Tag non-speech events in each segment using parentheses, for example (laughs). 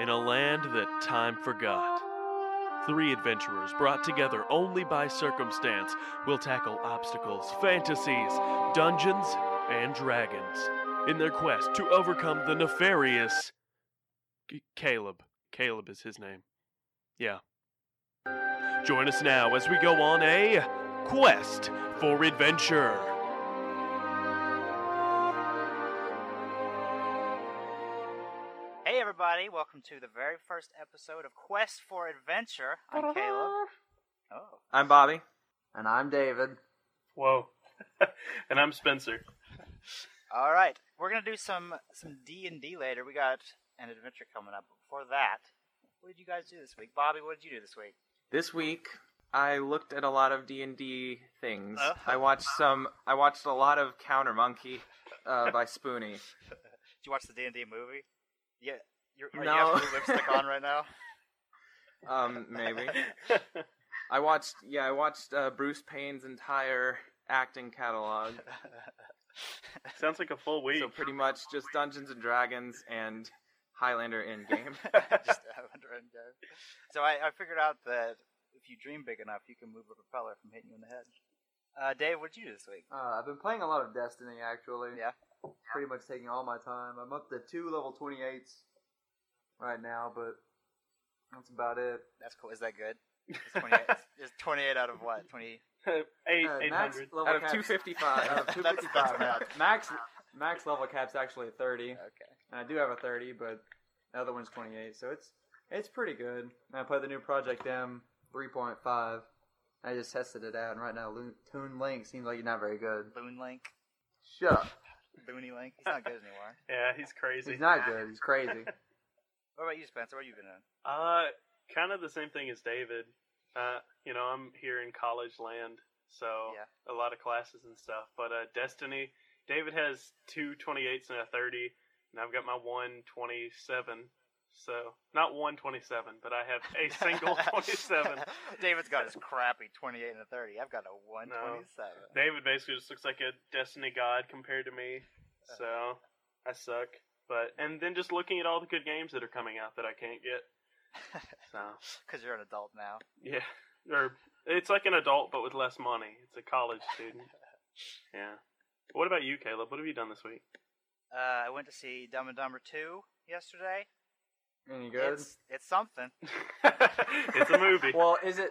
In a land that time forgot, three adventurers brought together only by circumstance will tackle obstacles, fantasies, dungeons, and dragons in their quest to overcome the nefarious C- Caleb. Caleb is his name. Yeah. Join us now as we go on a quest for adventure. Hey everybody, welcome to the very first episode of Quest for Adventure. I'm Caleb. Oh. I'm Bobby. And I'm David. Whoa. (laughs) and I'm Spencer. All right. We're going to do some some D&D later. We got an adventure coming up. Before that, what did you guys do this week? Bobby, what did you do this week? This week I looked at a lot of D and D things. Oh. I watched some. I watched a lot of Counter Monkey uh, by Spoonie. Did you watch the D&D movie? Yeah. You're, are No. you have blue lipstick on right now? (laughs) Um, maybe I watched. Yeah, I watched uh, Bruce Payne's entire acting catalog. Sounds like a full week. So pretty much just Dungeons and Dragons and Highlander in (laughs) game. Just uh, under and go. So I, I figured out that if you dream big enough, you can move a propeller from hitting you in the head. Uh, Dave, what did you do this week? Uh, I've been playing a lot of Destiny actually. Yeah. Pretty much taking all my time. I'm up to two level 28s right now, but that's about it. That's cool. Is that good? It's 28, (laughs) it's 28 out of what? 20? Eight, Uh, eight max hundred. level Out of caps- (laughs) two fifty five. out of That's- (laughs) that's 255 bad. now. Max max level cap's actually a 30. And I Okay. do have a 30, but the other one's 28, so it's it's pretty good. And I played the new Project M 3.5. I just tested it out, and right now Lo- Toon Link seems like you're not very good. Loon Link. Shut up. Loony Link. He's not good anymore. Yeah, he's crazy. He's not good. He's (laughs) crazy. What about you, Spencer? What have you been doing? Uh, kind of the same thing as David. Uh, you know, I'm here in college land, so Oh, Yeah. a lot of classes and stuff. But uh, Destiny, David has two 28s and a 30, and I've got my one 27. So not one 27, but I have a (laughs) single 27. David's got his crappy 28 and a 30. I've got a 127. David basically just looks like a Destiny god compared to me. So I suck. But and then just looking at all the good games that are coming out that I can't get. So Because you're an adult now. yeah, or it's like an adult but with less money. It's a college student. Yeah. What about you, Caleb? What have you done this week? Uh, I went to see Dumb and Dumber 2 yesterday. Any good? It's, it's something. it's (laughs) a movie. (laughs) Well, is it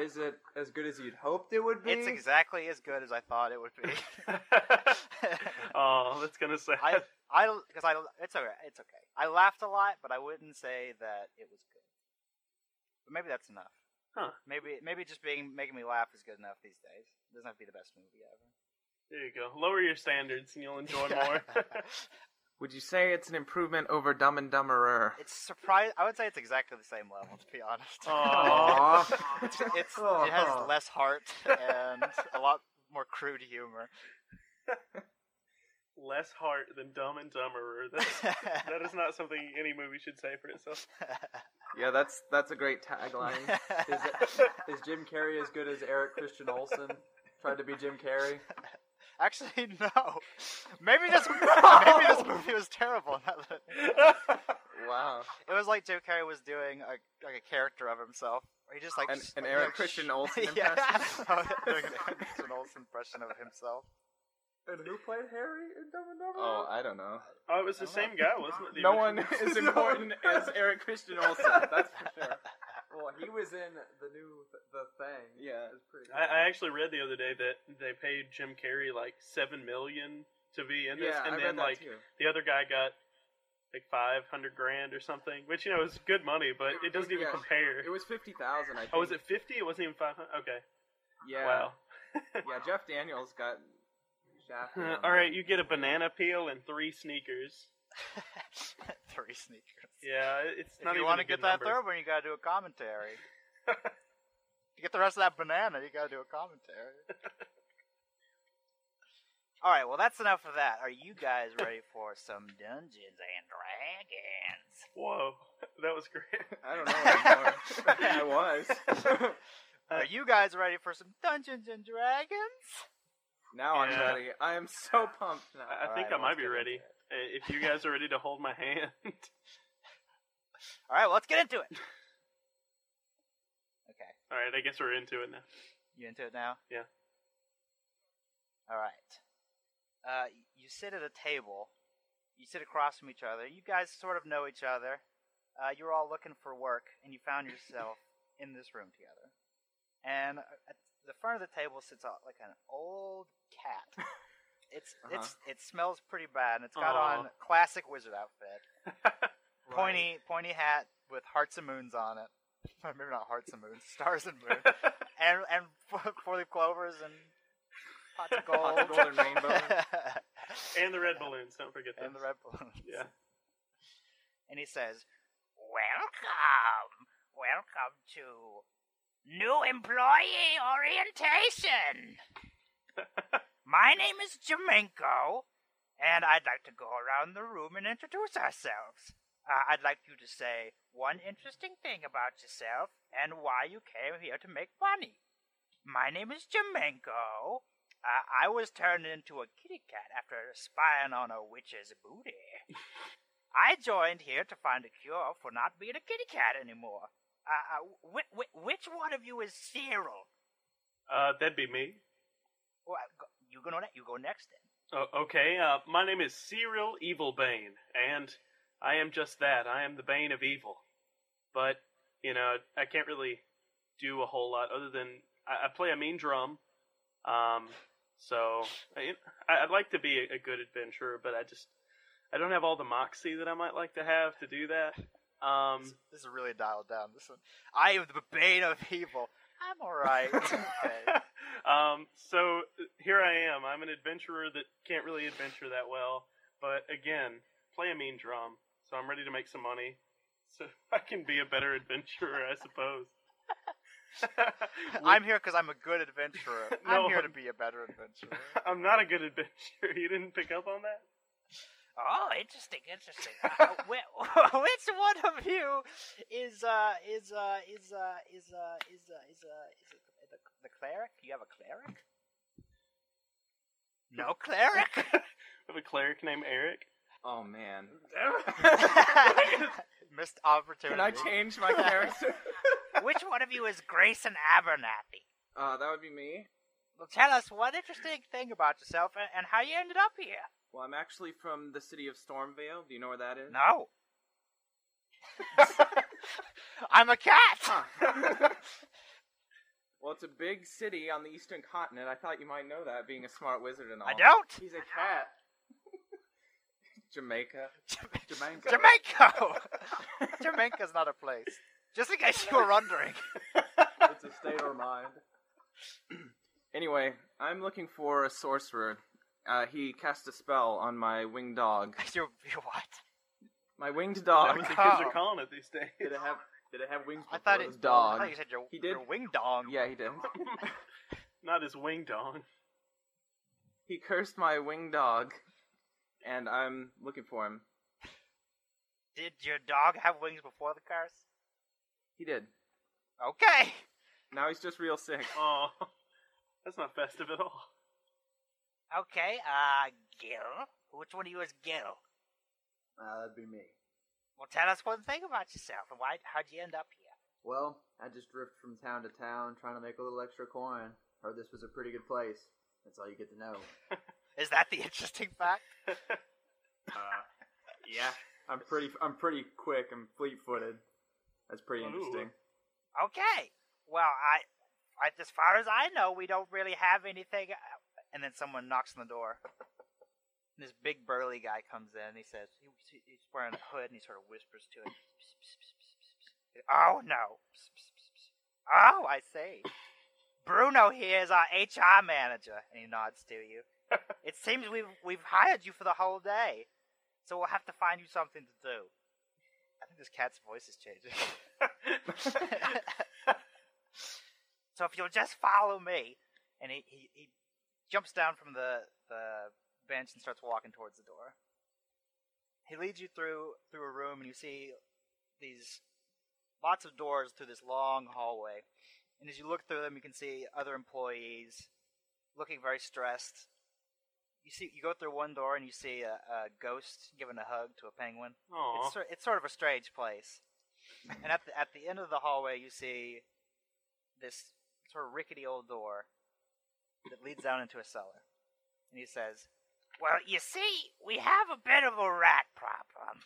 is it as good as you'd hoped it would be? (laughs) It's exactly as good as I thought it would be. (laughs) oh, that's kind of sad. I, I, because I, it's okay, it's okay. I laughed a lot, but I wouldn't say that it was good. But maybe that's enough. Huh. Maybe, maybe just being making me laugh is good enough these days. It doesn't have to be the best movie ever. There you go. Lower your standards and you'll (laughs) enjoy more. Would you say it's an improvement over Dumb and Dumberer? (laughs) It's surprise. I would say it's exactly the same level, to be honest. Aw. it's, (laughs) it's it has Aw. less heart and a lot more crude humor. (laughs) less heart than Dumb and Dumberer. That's, that is not something any movie should say for itself. (laughs) Yeah, that's that's a great (laughs) tagline. Is, it, is Jim Carrey as good as Eric Christian Olsen? Tried to be Jim Carrey. Actually, no. Maybe (laughs) this maybe this movie was terrible. (laughs) now that- Wow. It was like Jim Carrey was doing a, like a character of himself. where He just like An- s- an like, (laughs) Eric sh- Christian Olsen yeah, (laughs) impression? doing an Eric Christian Olsen impression of himself. And who played Harry in Dumb and Dumber? Oh, I don't know. oh, it was the I don't same guy, wasn't it? The no original- one (laughs) is (laughs) important as Eric Christian Olsen. That's for sure. well, he was in the new th- The Thing. Yeah. It's pretty I, I good. actually read the other day that they paid Jim Carrey like seven million to be in this, Yeah, I and read then that like too. the other guy got like five hundred grand or something, which you know is good money, but it doesn't even Yeah. compare. It was fifty thousand. I think. Oh, was it fifty? It wasn't even five hundred. Okay, Yeah. wow. Yeah, Jeff Daniels got (laughs) shafted. on All right, you get a banana peel and three sneakers. (laughs) Three sneakers. Yeah, it's If not you even want a to get good that number. third one, you gotta do a commentary. (laughs) to get the rest of that banana, you gotta do a (laughs) commentary. All right, well that's enough of that. Are you guys ready for some Dungeons and Dragons? Whoa, (laughs) that was great. that. I don't know anymore. (laughs) I (laughs) was. Uh, Are you guys ready for some Dungeons and Dragons? Now I'm Yeah. ready. I am so pumped now. (laughs) I- I think I might be ready. Uh, If you guys are ready to hold my hand, All right, well, let's get into it. (sighs) Okay, All right, I guess we're into it now. you into it now? Yeah. All right. Uh, y- you sit at a table. You sit across from each other. You guys sort of know each other. Uh, you're all looking for work, and you found (laughs) yourself in this room together. And uh, at the front of the table sits a, like an old (laughs) cat. It's it's it smells pretty bad, and it's got on Aw. classic wizard outfit. pointy pointy hat with hearts and moons on it. (laughs) Or Maybe not hearts and moons, (laughs) stars and (laughs) moons, and and four, four leaf clovers and pots of gold, Pots of (laughs) gold and rainbow. and the red balloons. Don't forget that. and the red balloons. Yeah. And he says, "Welcome, welcome to new employee orientation. My name is Jaminko, and I'd like to go around the room and introduce ourselves. Uh, I'd like you to say one interesting thing about yourself and why you came here to make money. My name is Jaminko. Uh, I was turned into a kitty cat after spying on a witch's booty. I joined here to find a cure for not being a kitty cat anymore. Uh, uh, wh- wh- which one of you is Cyril? Uh, that'd be me. Well, I- go- you go ne- you go next then. O- okay, uh, my name is Cyril Evilbane, and I am just that. I am the Bane of Evil. But, you know, I can't really do a whole lot other than I, I play a mean drum. Um, so I, I- I'd like to be a, a good adventurer, but I just I don't have all the moxie that I might like to have to do that. Um, This is really dialed down. This one. I am the bane of evil. I'm all (laughs) right. Okay. (laughs) um, so here I am. I'm an adventurer that can't really adventure that well, but again, play a mean drum. So I'm ready to make some money, so (laughs) I can be a better adventurer, I suppose. I'm here because I'm a good adventurer. No. I'm here to be a better adventurer. I'm not a good adventurer. (laughs) You didn't pick up on that? Oh, interesting, interesting. Uh, (laughs) whi- which one of you is uh is uh is uh is uh is uh is uh is it the, the cleric? You have a cleric? No (laughs) cleric. I have a cleric named Eric. Oh man. (laughs) Missed opportunity. Can I change my (laughs) character? Which one of you is Grayson Abernathy? uh, that would be me. Well, tell us one interesting thing about yourself and, and how you ended up here. Well, I'm actually from the city of Stormvale. Do you know where that is? No. (laughs) I'm a (laughs) cat. Huh. well, it's a big city on the eastern continent. I thought you might know that, being a smart wizard and all. I don't. He's a cat. (laughs) Jamaica. Jamaica. (laughs) Jamaica. Jamaica's not a place. Just in case (laughs) you were wondering. It's a state of mind. (clears throat) Anyway, I'm looking for a sorcerer. Uh, he cast a spell on my winged dog. you you what? My winged That's dog. (laughs) what the kids are calling it these days. Did it have Did it have wings? I thought before it was I dog. thought you said your, He did- your wing dong. Yeah, he did. (laughs) Not his wing dong. He cursed my winged dog, and I'm looking for him. Did your dog have wings before the curse? He did. Okay. Now he's just real sick. Oh, that's not festive at all. Okay, uh, Gil. Which one of you is Gil? Uh, that'd be me. Well, tell us one thing about yourself and why, how'd you end up here? Well, I just drift from town to town trying to make a little extra coin. Heard this was a pretty good place. That's all you get to know. Is that the (laughs) interesting fact? Yeah, I'm pretty. I'm pretty quick. I'm fleet-footed. That's pretty Ooh. interesting. Okay. Well, I, I, as far as I know, we don't really have anything. uh, And then someone knocks on the door. And this big burly guy comes in. And he says he, he's wearing a hood, and he sort of whispers to him. "Psst, psst, psst, psst, psst, psst." Oh no! Psst, psst, psst, psst. Oh, I see. Bruno here is our HR manager, and he nods to you. it seems we've we've hired you for the whole day, so we'll have to find you something to do. I think this cat's voice is changing. so if you'll just follow me, and he, he, he jumps down from the, the bench and starts walking towards the door. He leads you through through a room, and you see these lots of doors through this long hallway. And as you look through them, you can see other employees looking very stressed. You see, you go through one door, and you see a, a ghost giving a hug to a penguin. Aw. It's, sor- it's sort of a strange place. and at the, at the end of the hallway, you see this sort of rickety old door that leads down into a cellar. And he says, Well, you see, we have a bit of a rat problem.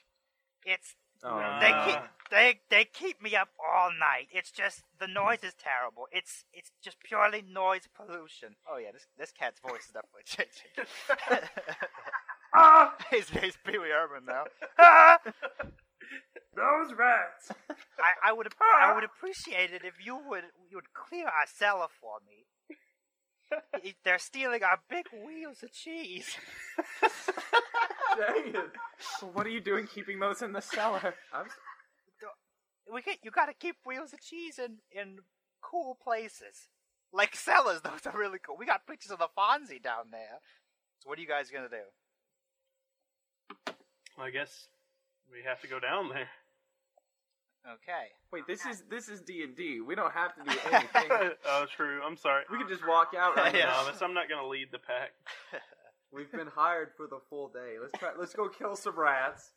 It's Oh, (laughs) Nah. they Ah. keep they they keep me up all night. It's just the noise is terrible. It's it's just purely noise pollution. Oh yeah, this this cat's voice is definitely changing. (laughs) ah, he's he's Pee Wee Herman now. Ah! Those rats. (laughs) I, I would ap- I would appreciate it if you would you would clear our cellar for me. I- They're stealing our big wheels of cheese. Dang it. what are you doing keeping those in the cellar? I'm, s- We get, you gotta keep wheels of cheese in in cool places, like cellars. Those are really cool. We got pictures of the Fonzie down there. So what are you guys gonna do? Well, I guess we have to go down there. (laughs) Okay. Wait, this is this is D and D. We don't have to do anything. oh, true. I'm sorry. we can just walk out (laughs) right Yeah. No, now. that's- I'm not gonna lead the pack. we've been hired for the full day. Let's try. Let's go kill some rats.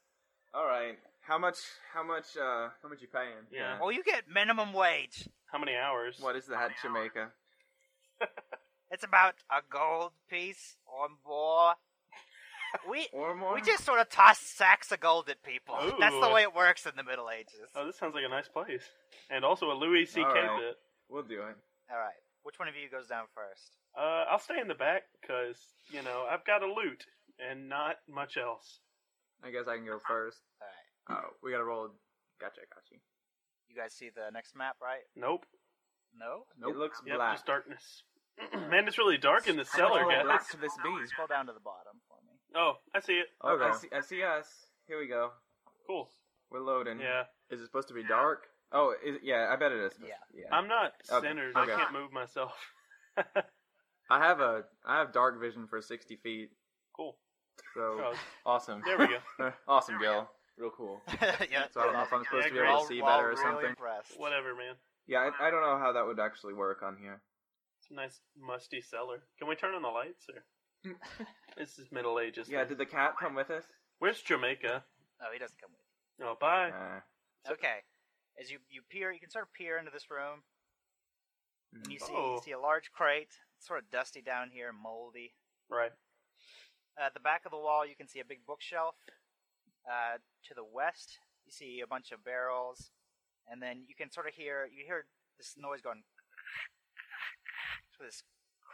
All right. How much? How much? Uh, how much you paying? Yeah. Well, you get minimum wage. How many hours? What is that, Jamaica? It's about a gold piece or more. We Or more? we just sort of toss sacks of gold at people. Ooh. That's the way it works in the Middle Ages. Oh, this sounds like a nice place. And also a Louis C.K. Alright. bit. We'll do it. All right. Which one of you goes down first? Uh, I'll stay in the back because you know I've got a loot and not much else. I guess I can go first. All right. Oh, we gotta roll. Gotcha, gotcha. You guys see the next map, right? Nope. No. Nope. It looks Yep. black. Just darkness. (clears throat) Man, it's really dark in the cellar, Oh, guys. black could this be? Scroll down to the bottom for (laughs) me. Oh, I see it. Oh, I Okay. see, I see us. Here we go. Cool. We're loading. Yeah. Is it supposed to be dark? Oh, is, yeah. I bet it is. Yeah. Yeah. I'm not Okay, centered. okay. I can't move myself. (laughs) I have a I have dark vision for sixty feet. cool. So Oh, Awesome. there we go. (laughs) awesome, Gil. Real cool. yeah. so I don't know if I'm supposed to be able All- to see We're all better or really something. impressed. Whatever, man. Yeah, I, I don't know how that would actually work on here. It's a nice musty cellar. Can we turn on the lights or? this is Middle Ages. Yeah, thing. did the cat come with us? Where's Jamaica? Oh, he doesn't come with. Oh, bye. Uh, you. Okay. As you you peer, you can sort of peer into this room, and you see Oh. you see a large crate. It's sort of dusty down here, and moldy. Right. At Uh, the back of the wall, you can see a big bookshelf. Uh, to the west, you see a bunch of barrels, and then you can sort of hear you hear this noise going, this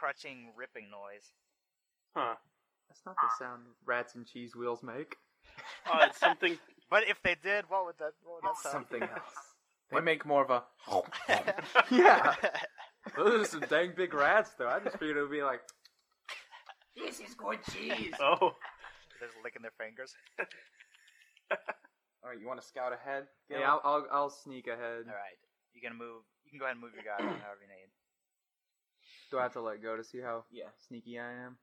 crunching, ripping noise. Huh. That's not the sound rats and cheese wheels make. Oh, it's something. But if they did, what would that what would that it's sound? something else. They make more of a. (laughs) (laughs) yeah, (laughs) those are some dang big rats though. I just figured it would be like this is good cheese. (laughs) Oh, They're just licking their fingers. All right, you want to scout ahead? Gil? Yeah, I'll, I'll, I'll sneak ahead. All right, you can move. You can go ahead and move your guy around however you need. Do I have to let go to see how Yeah. sneaky I am?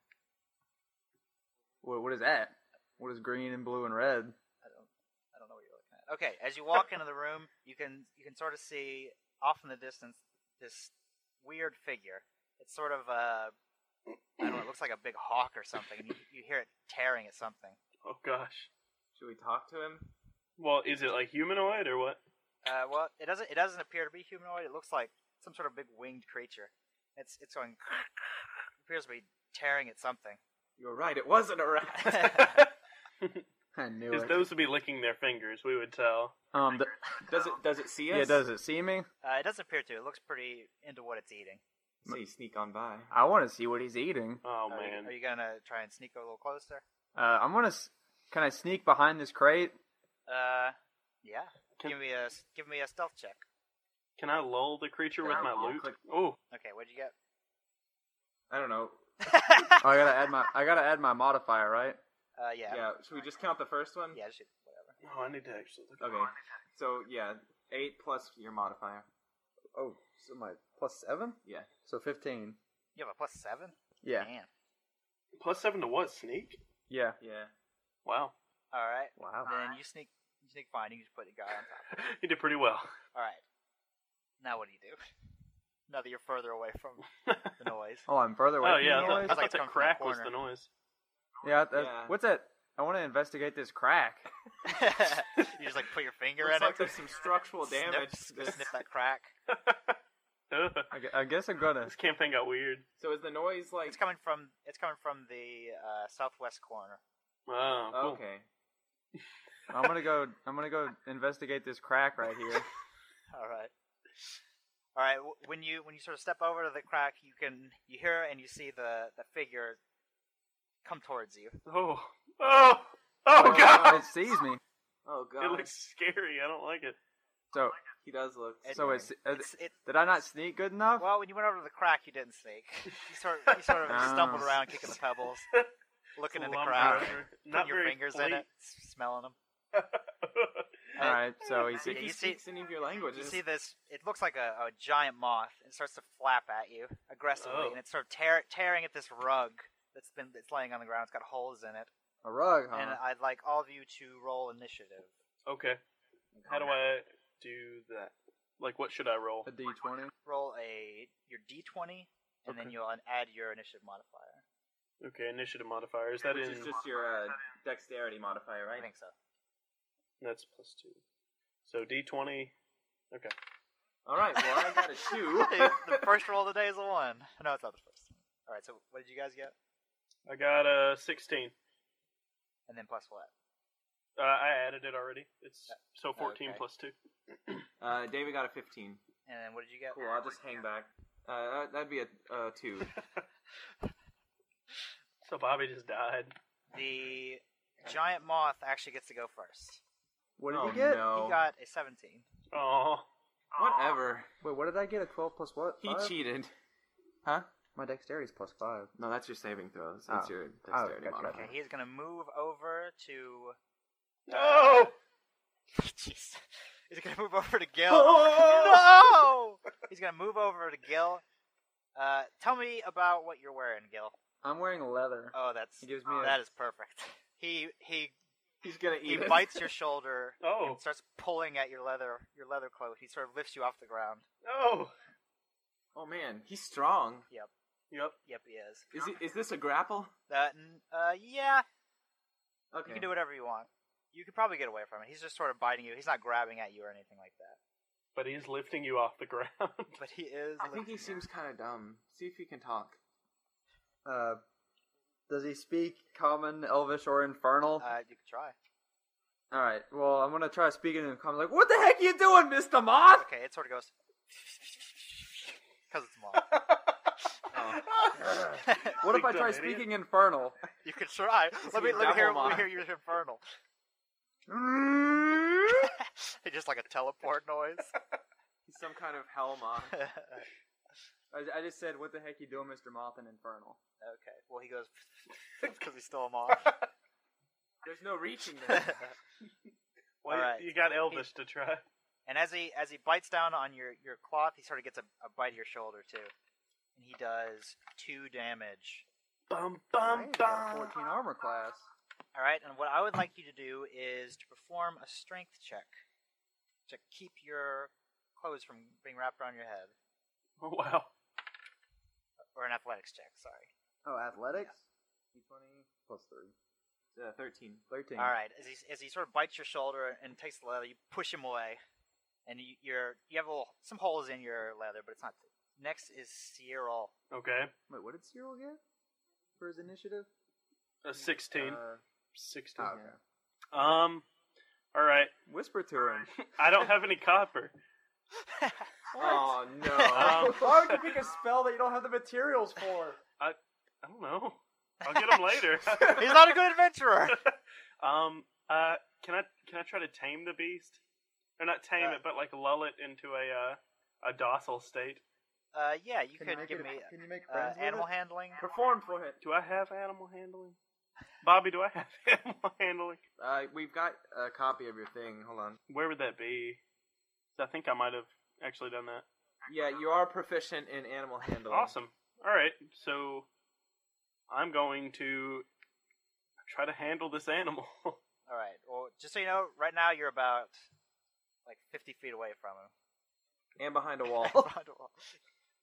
What, what is that? What is green and blue and red? I don't. I don't know what you're looking at. Okay, as you walk into the room, you can you can sort of see off in the distance this weird figure. It's sort of uh, I don't know. It looks like a big hawk or something. And you, you hear it tearing at something. oh gosh. Should we talk to him? Well, is it like humanoid or what? Uh, well, it doesn't it doesn't appear to be humanoid. It looks like some sort of big winged creature. It's it's going. (laughs) appears to be tearing at something. (laughs) Uh, You're right. It wasn't a rat. (laughs) I knew Because it. those would be licking their fingers. We would tell. um, the, does it? Does it see us? yeah, does it see me? Uh, it doesn't appear to. It looks pretty into what it's eating. So you sneak on by. I want to see what he's eating. Oh are, man. You, are you gonna try and sneak a little closer? Uh, I'm gonna. s- Can I sneak behind this crate? Uh, yeah. Can- give me a s- give me a stealth check. Can I lull the creature with Yeah, my I'll loot? click- Oh, Okay, what'd you get? I don't know. Oh, I gotta add my. I gotta add my modifier, right? uh, yeah. Yeah. Yeah. Should we just count the first one? just whatever. no, I need to actually look. Okay. So yeah, eight plus your modifier. Oh, so my plus seven. Yeah. So fifteen. You have a plus seven. Yeah. Damn. Plus seven to what? Sneak. Yeah. Yeah. Wow. (laughs) All right. Wow. Then you sneak you sneak fine. You just put your guy on top. you did pretty well. All right. Now what do you do? (laughs) Now that you're further away from the noise. (laughs) Oh, I'm further away. oh from yeah. I the thought, noise? I It's like thought coming the from the crack was corner. the noise. (laughs) yeah, that's, Yeah. What's that? I want to investigate this crack. you just like put your finger in Looks like it. there's some structural damage. Snip, This- sniff that crack. Ugh, I, gu- I guess I'm gonna. this campaign got weird. So is the noise like? It's coming from it's coming from the uh, southwest corner. Oh, cool. Okay. I'm gonna go. I'm gonna go investigate this crack right here. (laughs) All right. All right. w- When you when you sort of step over to the crack, you can you hear and you see the the figure come towards you. Oh, oh, oh, god! It sees me. Oh god. It looks scary. I don't like it. So, He does look. It- so it's, uh, It's, it, did I not sneak good enough? well, when you went over to the crack, you didn't sneak. (laughs) You sort of, you sort of (laughs) Ah. stumbled around, kicking the (laughs) pebbles, looking in the crowd, Lumber. putting Not your very fingers in it, polite. s- smelling them. All right. So he See see. if Yeah, he you see- speaks any of your You languages. see this? It looks like a, a giant moth. It starts to flap at you aggressively, Oh. and it's sort of tear, tearing at this rug that's been that's laying on the ground. It's got holes in it, A rug, and huh? I'd like all of you to roll initiative. (laughs) okay. How do I do that? Like, what should I roll? A D twenty. Roll a your d20, and then Okay. you'll un- add your initiative modifier. Okay, initiative modifier. Is that Which in? is just your uh, dexterity modifier, I right? think so. That's plus two. So D twenty. Okay. All right. Well, I got a (laughs) shoe. the first roll today is a one. No, it's not the first. All right. So what did you guys get? I got a sixteen. And then plus what? Uh, I added it already. Uh, It's so fourteen okay. plus two. Uh, David got a 15. And then what did you get? Cool. I'll just hang back. Uh, that- that'd be a uh, two. So Bobby just died. The giant moth actually gets to go first. What did oh, you get? No. He got a 17. Oh, Uh, Whatever. Wait, what did I get? A twelve plus what? He Five? cheated. Huh? My dexterity's plus five. No, that's your saving throws. That's Oh. your dexterity gotcha, modifier. Okay, he's gonna move over to. (laughs) no! Jeez. He's gonna move over to Gil. Oh! no! He's gonna move over to Gil. Uh, tell me about what you're wearing, Gil. I'm wearing leather. Oh, that's He gives me a- that is perfect. (laughs) He he He's gonna he eat. it. bites your (laughs) shoulder Oh, and starts pulling at your leather your leather cloak. He sort of lifts you off the ground. no! Oh man, he's strong. Yep. Yep, he is. Is he, is this a grapple? That n- uh, yeah, Oh, Okay. you can do whatever you want. You could probably get away from it. He's just sort of biting you. He's not grabbing at you or anything like (laughs) that. But he's lifting you off the (laughs) ground. But he is. I think lifting he you. seems kind of dumb. See if he can talk. Uh, does he speak common, elvish, or infernal? Uh, you could try. All right. Well, I'm gonna try speaking in common. Like, what the heck you doing, Mister Ah! Moth? Okay, it sort of goes (laughs) because it's moth. What if Big I dumb try idiot. speaking (laughs) infernal? you could (laughs) try. Let me your let me hear double let me moth. hear your infernal. (laughs) it's just like a teleport (laughs) noise. (laughs) He's some kind of Helma. okay. I, I just said, what the heck you doing, Mister Moth, in infernal? Well, he goes (laughs) because he's still a moth. There's no (laughs) reaching there. and Well, you- Alright. you got Elvis to try. as he as he bites down on your your cloth, he sort of gets a, a bite of your shoulder too, and he does two damage. Bum Alright, bum I got a bum. 14 armor class. All right, and what I would like you to do is to perform a strength check to keep your clothes from being wrapped around your head, Oh, wow. or an athletics check. Sorry. Oh, athletics. D20 plus three. Uh, Thirteen. 13. All right, as he as he sort of bites your shoulder and takes the leather, you push him away, and you, you're you have a little, some holes in your leather, but it's not. Next is Cyril. Okay. Wait, what did Cyril get for his initiative? A sixteen. Uh, sixteen. oh, okay. Um. All right. Whisper to him. I don't have any copper. Oh (laughs) no. (laughs) Um, Why would you pick a spell that you don't have the materials for? I don't know. I'll get them (laughs) later. He's not a good adventurer. um. Uh. Can I can I try to tame the beast? Or not tame Uh, it, but like lull it into a uh, a docile state. (laughs) Uh, yeah, you Can could make give it- me Can you make uh, friends with animal it? handling. Perform for it. Do I have animal handling? Bobby, do I have (laughs) animal handling? Uh, we've got a copy of your thing. Hold on. Where would that be? 'Cause I think I might have actually done that. Yeah, you are proficient in animal handling. Awesome. All right. So I'm going to try to handle this animal. (laughs) All right. Well, just so you know, right now you're about like 50 feet away from him. (laughs) (laughs) And behind a wall.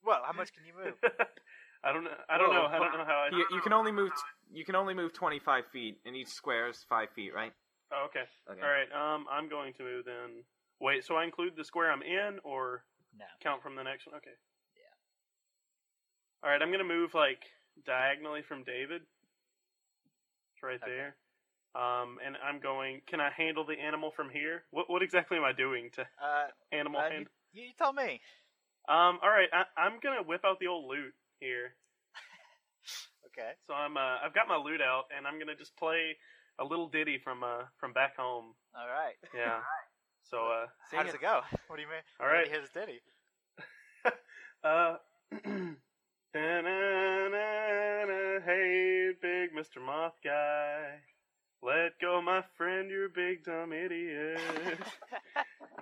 Well, how much can you move? I I don't know. I don't Whoa. know. I don't know how I. You, you can only move. t- you can only move 25 feet, and each square is five feet, right? Oh, okay. Okay. All right. Um, I'm going to move then. Wait. So I include the square I'm in, or No. count from the next one? Okay. Yeah. All right. I'm gonna move like diagonally from David. It's right Okay. there. Um, and I'm going. Can I handle the animal from here? What What exactly am I doing to Uh, animal uh, hand? you, you tell me. Um. All right. I, I'm gonna whip out the old loot here. Okay. So I'm. Uh, I've got my loot out, and I'm gonna just play a little ditty from uh from back home. (laughs) All right. Yeah. So uh. How does it go? (laughs) What do you mean? All right. Here's Diddy. Uh, (clears throat) Da-na-na-na, hey, big Mr. Moth guy. Let go, my friend, you're a big dumb idiot.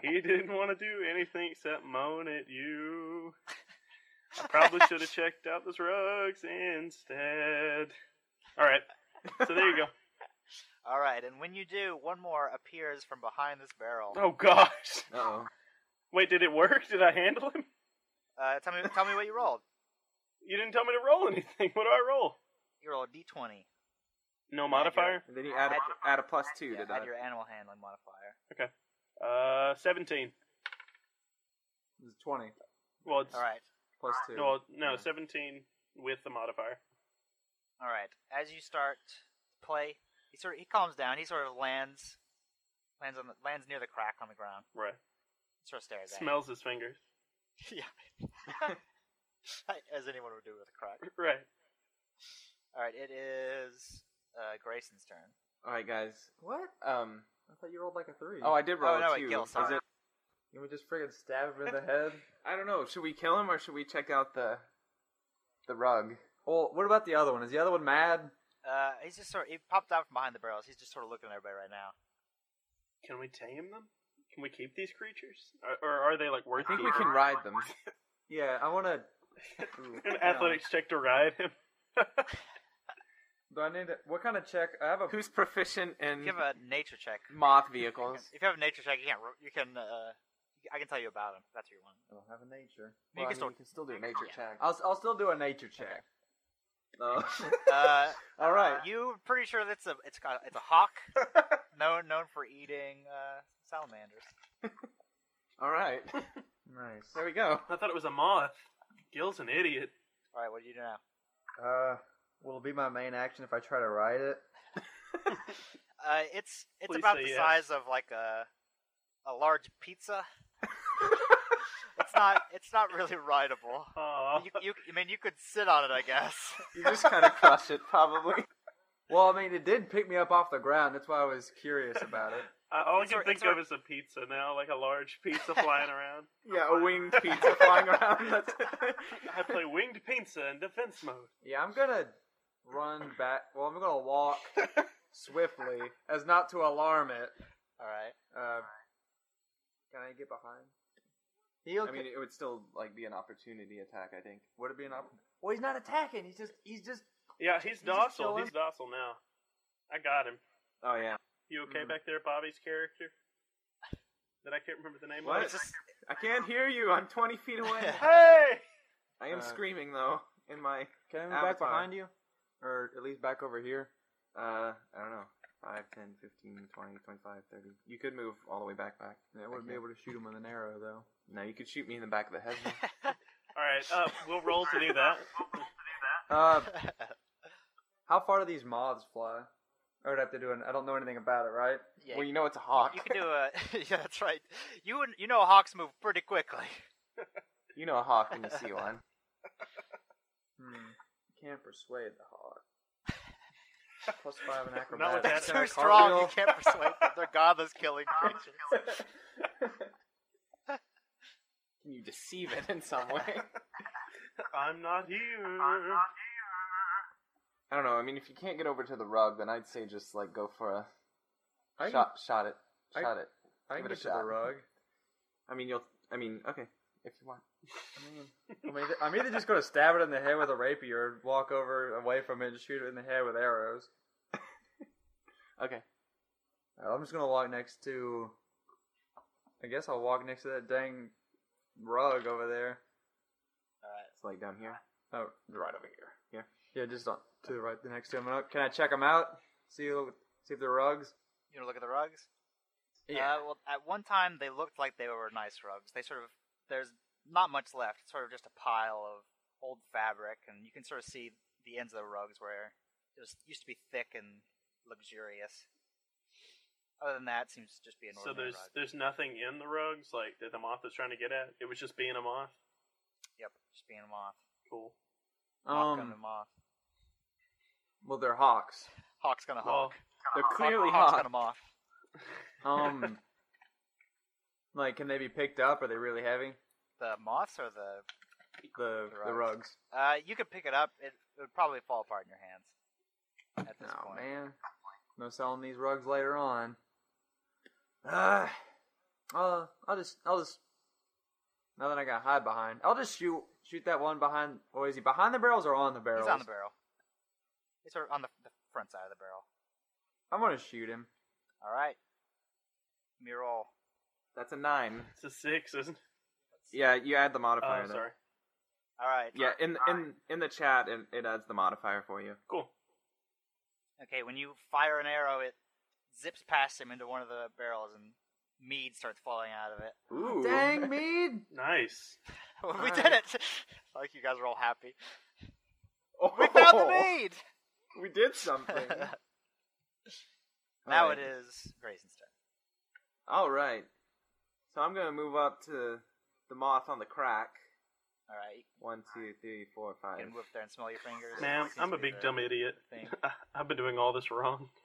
he didn't want to do anything except moan at you. I probably should have checked out those rugs instead. All right, so there you go. All right, and when you do, one more appears from behind this barrel. Oh gosh, Uh-oh. wait, did it work? Did I handle him? Uh, tell me, tell me what you rolled. You didn't tell me to roll anything. What do I roll? You rolled a d20. No modifier. And then you add a, add a plus two Yeah, to add that. your animal handling modifier. Uh, seventeen. It's twenty Well, it's All right, plus two. No, no, Yeah. 17 with the modifier. all right. As you start to play, he sort of, he calms down. He sort of lands, lands on the, lands near the crack on the ground. Right. Sort of stares at. (laughs) Smells his fingers. (laughs) you. (laughs) yeah. As anyone would do with a crack. Right. All right, it is uh, Grayson's turn. All right, guys. What? Um. I thought you rolled like a three. Oh, I did roll Oh, no, a it two. kills, Is sorry. it- you would just friggin' stab (laughs) him in the head. I don't know. Should we kill him or should we check out the the rug? Well, what about the other one? Is the other one mad? Uh, he's just sort of, he popped out from behind the barrels. He's just sort of looking at everybody right now. Can we tame them? Can we keep these creatures? Or, or are they like I worth think we can keeping? ride them. Yeah, I want to. (laughs) An athletics check to ride him. (laughs) Do I need to, what kind of check? I have a. (laughs) Who's proficient in Give a nature check. moth vehicles? If you have a nature check, you can not you can uh, I can tell you about him. If that's what you want. I don't have a nature. You can I mean, still- we can still do a Oh, nature check. I'll, I'll still do a nature check. Uh, All right. you pretty sure that's a it's got it's a hawk, known known for eating uh, salamanders. (laughs) All right. Nice. There we (laughs) go. I thought it was a moth. Gil's an idiot. All right, what do you do now? Uh, will it be my main action if I try to ride it? Uh, it's it's Please about say the yes. size of like a a large (laughs) pizza. it's not it's not really rideable. Aw. You, you I mean you could sit on it, I (laughs) guess. You just kind of crush it, probably. Well, I mean, it did pick me up off the ground. That's why I was curious about it. I, all I It's can our- think it's our- of is a pizza now, like a large pizza (laughs) flying around. Yeah, a winged pizza flying (laughs) around. That's I play winged pizza in defense mode. Yeah, I'm gonna run back. Well, I'm (laughs) gonna walk swiftly as not to alarm it. All right. Uh, can I get behind? He'll. I mean, it would still like be an opportunity attack, I think. would it be an option? Well, he's not attacking. He's just. He's just. Yeah, he's just docile. chilling. He's docile now. I got him. Oh yeah. You okay Mhm. back there, Bobby's character? That I can't remember the name What? of. It's just I can't hear you. I'm 20 feet (laughs) away. Hey! I am Uh, screaming though in (laughs) my Can I move back Avatar. behind you, or at least back over here? uh I don't know. 5, 10, 15, 20, 25, 30. You could move all the way back back. Yeah, I wouldn't be can't. able to shoot him with an arrow though. No, you could shoot me in the back of the head. (laughs) All right, uh, we'll roll to do that. Uh, how far do these moths fly? I would have to do an. I don't know anything about it, right? (laughs) yeah, Well, you know it's a hawk. You can do a (laughs) yeah, that's right. You would- you know hawks move pretty quickly. You know a hawk when you see one. Hmm. Can't persuade the (laughs) hawk. Plus five in acrobatics. Not with that. Can I Too strong. You cartwheel? can't persuade them. They're godless killing creatures. (laughs) Can you deceive it in some way? I'm not here. I don't know. I mean, if you can't get over to the rug, then I'd say just like go for a I can- shot. Shot it. I- Shot it. I Give can it a get to the shot. rug. I mean, you'll. I mean, okay, if you want. I mean, I'm either, I'm either just gonna stab it in the head with a rapier, or walk over away from it, and shoot it in the head with arrows. Okay. Uh, I'm just gonna walk next to. I guess I'll walk next to that dang rug over there. It's like down here. Oh, Right over here. Here. yeah, just on to the right, the next to him. Uh, Can I check them out? See, see if they're rugs. You wanna look at the rugs? Uh, Yeah. well, at one time they looked like they were nice rugs. They sort of there's not much left. It's sort of just a pile of old fabric, and you can sort of see the ends of the rugs where it was used to be thick and luxurious. Other than that, it seems to just be an So ordinary there's rug. there's nothing in the rugs like that the moth was trying to get at. It was just being a moth. Yep, just being a moth. Cool. Moth Um, gonna moth. well, they're hawks. Hawk's gonna hawk. Well, They're Hawk- clearly hawk's hot. gonna moth. Um, like, can they be picked up? Are they really heavy? The moths or the The The the rugs. rugs. uh, you could pick it up. It, it would probably fall apart in your hands. At this Oh point, man, no selling these rugs later on. (sighs) Ah, uh, I'll just, I'll just. Now that I got hide behind, I'll just shoot, shoot that one behind. Or is he behind the barrels or on the barrels? he's on the barrel. He's sort of on the, the front side of the barrel. I'm gonna shoot him. All right. Let me roll. That's a nine. it's a six, isn't it? Yeah, you add the Oh, modifier. I'm though. sorry. All right. Yeah, in in in the chat, it, it adds the modifier for you. Cool. Okay, when you fire an arrow, it zips past him into one of the barrels and mead starts falling out of it. (laughs) Ooh. Dang, (laughs) Mead! Nice. we All did right. it! (laughs) I like you guys are all happy. Oh, We found the mead! We did something. (laughs) now Alright. it is Grayson's turn. All right. So I'm gonna move up to the moth on the crack. All right, One, two, three, four, you five. can move there and smell your fingers. Man, It seems I'm a to be big the dumb idiot. Thing. I've been doing all this wrong. (laughs)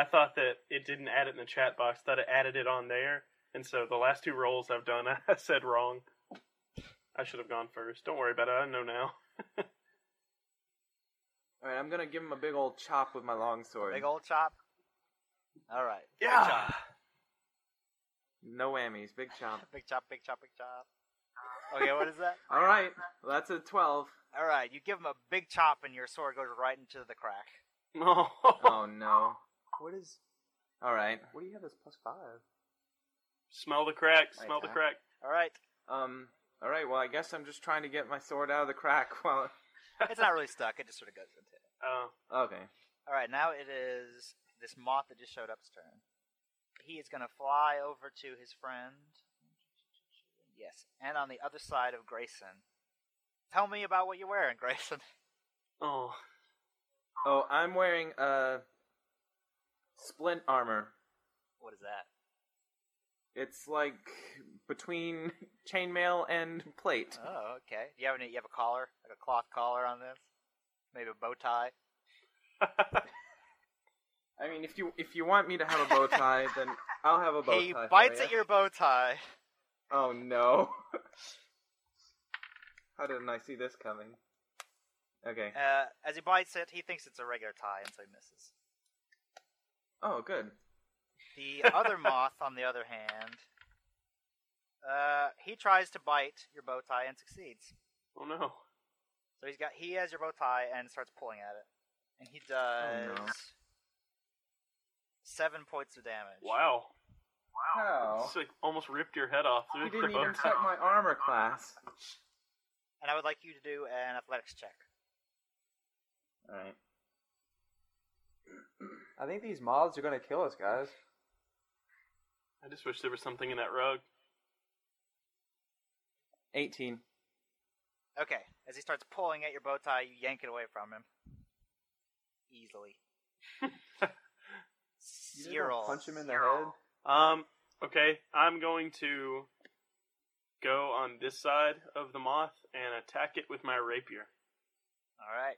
I thought that it didn't add it in the chat box, that it added it on there. And so the last two rolls I've done, (laughs) I said wrong. I should have gone first. Don't worry about it. I know now. All right, I'm gonna give him a big old chop with my long sword. Big old chop. All right. Big chop. No whammies, big (laughs) chop. Big chop, big chop, big chop. Okay, what is that? All right, well, that's a twelve. All right, you give him a big chop and your sword goes right into the crack. (laughs) No. Oh no. What is? All right. What do you have as plus five? Smell the crack. Wait, Smell the huh? crack. All right, Um. All right. Well, I guess I'm just trying to get my sword out of the crack. (laughs) While it's not really stuck. It just sort of goes into it. Oh, okay. All right, now it is this moth that just showed up's turn. He is going to fly over to his friend. Yes, and on the other side of Grayson. Tell me about what you're wearing, Grayson. (laughs) oh. Oh, I'm wearing uh, splint armor. What is that? It's like between (laughs) chainmail and plate. Oh, okay. Do you have any? You have a collar, like a cloth collar on this? Maybe a bow tie. I mean, if you if you want me to have a bow tie, then I'll have a bow tie. he for bites ya. at your bow tie. Oh no! (laughs) How didn't I see this coming? Okay. Uh, as he bites it, he thinks it's a regular tie, and so he misses. Oh, good. The other (laughs) moth, on the other hand, uh, he tries to bite your bow tie and succeeds. Oh, no. So he's got he has your bow tie and starts pulling at it, and he does Oh, no. seven points of damage. Wow. How? It's like almost ripped your head off. (laughs) You with the Oh. didn't even bow check tie. my armor class. And I would like you to do an athletics check. All right. I think these moths are gonna kill us, guys. I just wish there was something in that rug. Eighteen. Okay, as he starts pulling at your bow tie, you yank it away from him (laughs) easily. You just Cyril, gonna punch him in the Cyril. head. Um, okay, I'm going to go on this side of the moth and attack it with my rapier. All right,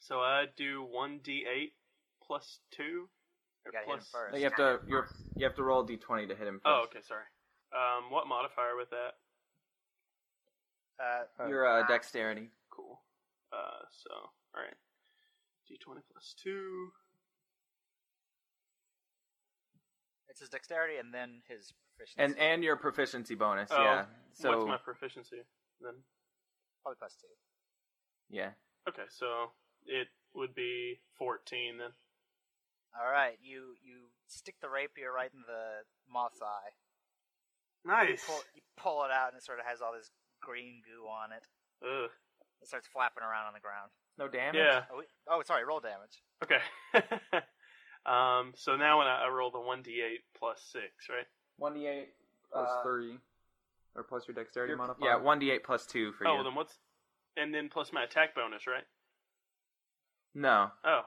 So I do 1d8 plus 2. you Or gotta hit him plus... first. No, you have to you're, you have to roll a d20 to hit him. First. Oh, okay, sorry. Um, what modifier with that? Uh, Your uh, dexterity. Cool. Uh, so, alright. d20 plus 2. it's his dexterity and then his proficiency. And and your proficiency bonus, Oh, yeah. So What's my proficiency then? probably plus two. yeah. Okay, so it would be 14 then. All right, you you stick the rapier right in the moth's eye. Nice! Pull, you pull it out, and it sort of has all this green goo on it. Ugh. It starts flapping around on the ground. No damage. Yeah. Oh, we- oh, sorry, roll damage. Okay. (laughs) um, so now when I, I roll the 1d8 plus 6, right? One d eight uh, Plus three, or plus your dexterity modifier. Yeah, one d eight plus two for oh, you. well, then what's. And then plus my attack bonus, right? No, Oh.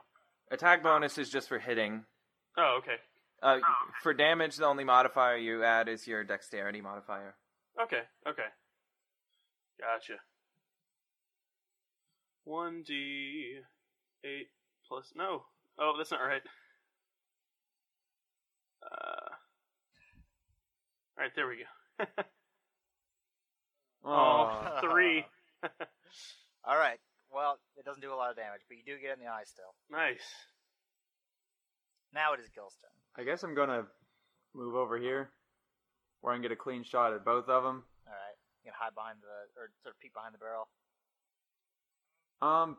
attack bonus is just for hitting. Oh, okay. Uh, Oh. for damage, the only modifier you add is your dexterity modifier. Okay, okay. Gotcha. 1d8 plus. No. Oh, that's not right. Uh. Alright, there we go. Aw. oh, three. (laughs) All right. Well, it doesn't do a lot of damage, but you do get it in the eye still. nice. Now it is Gilston. I guess I'm gonna move over here, where I can get a clean shot at both of them. All right. You can hide behind the or sort of peek behind the barrel. Um,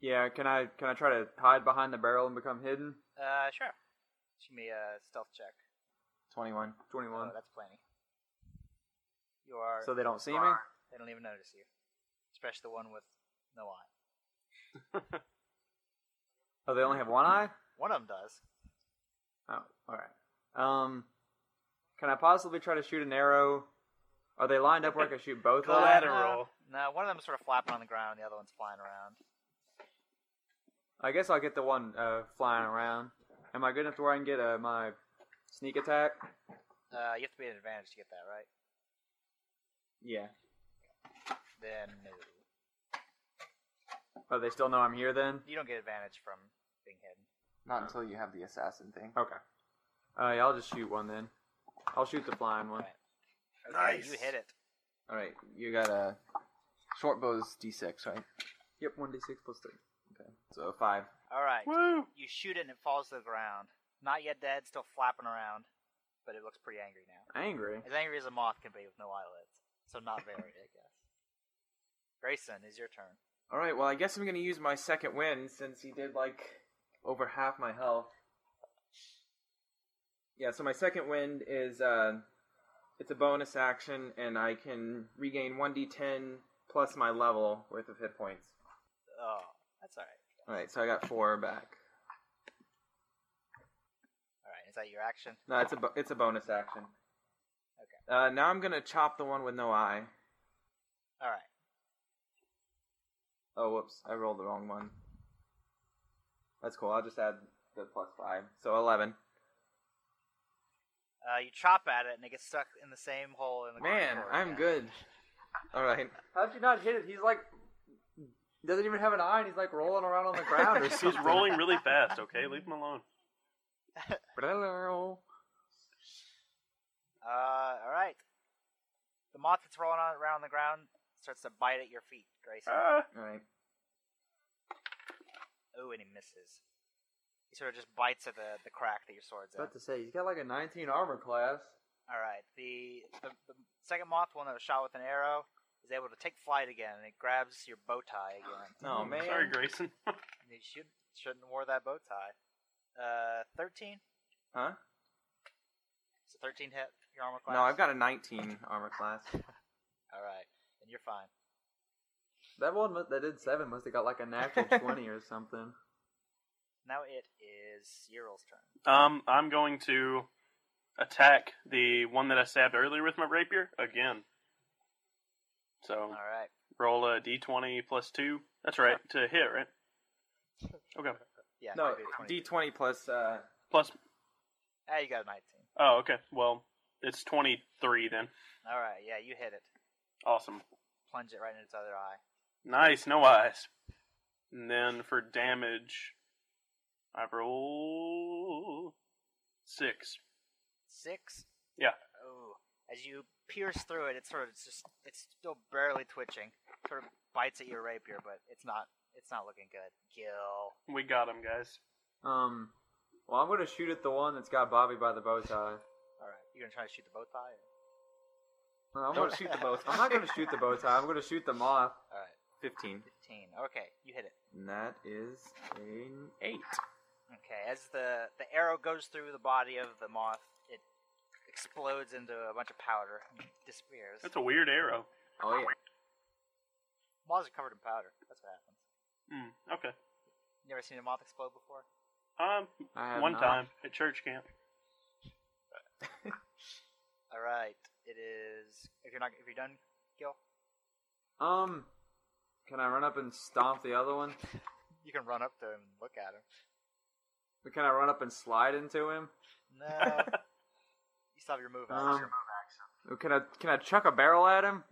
yeah. Can I can I try to hide behind the barrel and become hidden? Uh, sure. Give me a stealth check. Twenty one. Twenty one. Oh, that's plenty. You are. so they don't see me. They don't even notice you, especially the one with no eye. Oh, they only have one eye. One of them does. Oh, all right. Um, can I possibly try to shoot an arrow? Are they lined up where I can shoot both of them? Collateral. No, one of them's sort of flapping on the ground, and the other one's flying around. I guess I'll get the one uh, flying around. Am I good enough to where I can get uh, my sneak attack? Uh, you have to be at an advantage to get that right. Yeah. Then no. Oh, they still know I'm here then? you don't get advantage from being hidden. Not until you have the assassin thing. Okay. Uh, yeah, I'll just shoot one then. I'll shoot the flying one. Okay, You hit it. All right, you got a short bow's d6, right? Yep, 1d6 plus 3. So five. All right. Woo! You shoot it and it falls to the ground. Not yet dead, still flapping around, but it looks pretty angry now. Angry. As angry as a moth can be with no eyelids. So not very, I guess. Grayson, is your turn. All right, well, I guess I'm going to use my second win since he did like over half my health. Yeah, so my second wind is uh it's a bonus action and I can regain 1d10 plus my level worth of hit points. Oh, that's all right. All right, so I got 4 back. All right, is that your action? No, it's a bo- it's a bonus action. Okay. Uh now I'm going to chop the one with no eye. All right. Oh, whoops, I rolled the wrong one. That's cool. I'll just add the plus 5. So 11. Uh, you chop at it and it gets stuck in the same hole in the Man, corridor, I'm yeah. good. All right. How'd you not hit it? He's like. Doesn't even have an eye and he's like rolling around on the ground or (laughs) He's rolling really fast, okay? Leave him alone. Uh, all right. The moth that's rolling on, around the ground starts to bite at your feet, Grayson. Ah. All right. Oh, and he misses. He sort of just bites at the, the crack that your sword's in. about to say, he's got like a 19 armor class. All right. The, the the second moth, one that was shot with an arrow, is able to take flight again, and it grabs your bow tie again. Oh man. Sorry, Grayson. And You should shouldn't have wore that bow tie. Uh, thirteen. Huh? So thirteen hit your armor class. No, I've got a 19 armor class. All right, and you're fine. That one mu- that did 7 must have got like (laughs) a natural 20 or something. Now it is Cyril's turn. Um, I'm going to attack the one that I stabbed earlier with my rapier again. So All right. roll a d20 plus two. That's right to hit, right? Okay. Yeah. it No, might be a 20. D20 plus. Uh, Plus. Ah, you got a nineteen. Oh, okay. Well, it's 23 then. All right. Yeah, you hit it. Awesome. Plunge it right in its other eye. Nice. No eyes. And then for damage, I roll six. Six. Yeah. Oh. As you pierce through it, it's sort of it's just it's still barely twitching. Sort of bites at your rapier, but it's not it's not looking good. Gil. We got him, guys. Um, well, I'm gonna shoot at the one that's got Bobby by the bow tie. All right. You're gonna try to shoot the bow tie. or- No, I'm, don't gonna, shoot the bow I'm not gonna shoot the bow tie. I'm gonna shoot the moth. All right. 15. Fifteen. Okay. You hit it. And that is an 8. Okay. As the the arrow goes through the body of the moth, it explodes into a bunch of powder and disappears. That's a weird arrow. Oh, yeah. Moths are covered in powder. That's what happens. Mm, okay. You never seen a moth explode before? Um, I have one not. time at church camp. All right. It is. If you're not, if you're done, Gil, Um, can I run up and stomp the other one? you can run up to him and look at him. But Can I run up and slide into him? No. you still have your move. action. Um, can I can I chuck a barrel at him?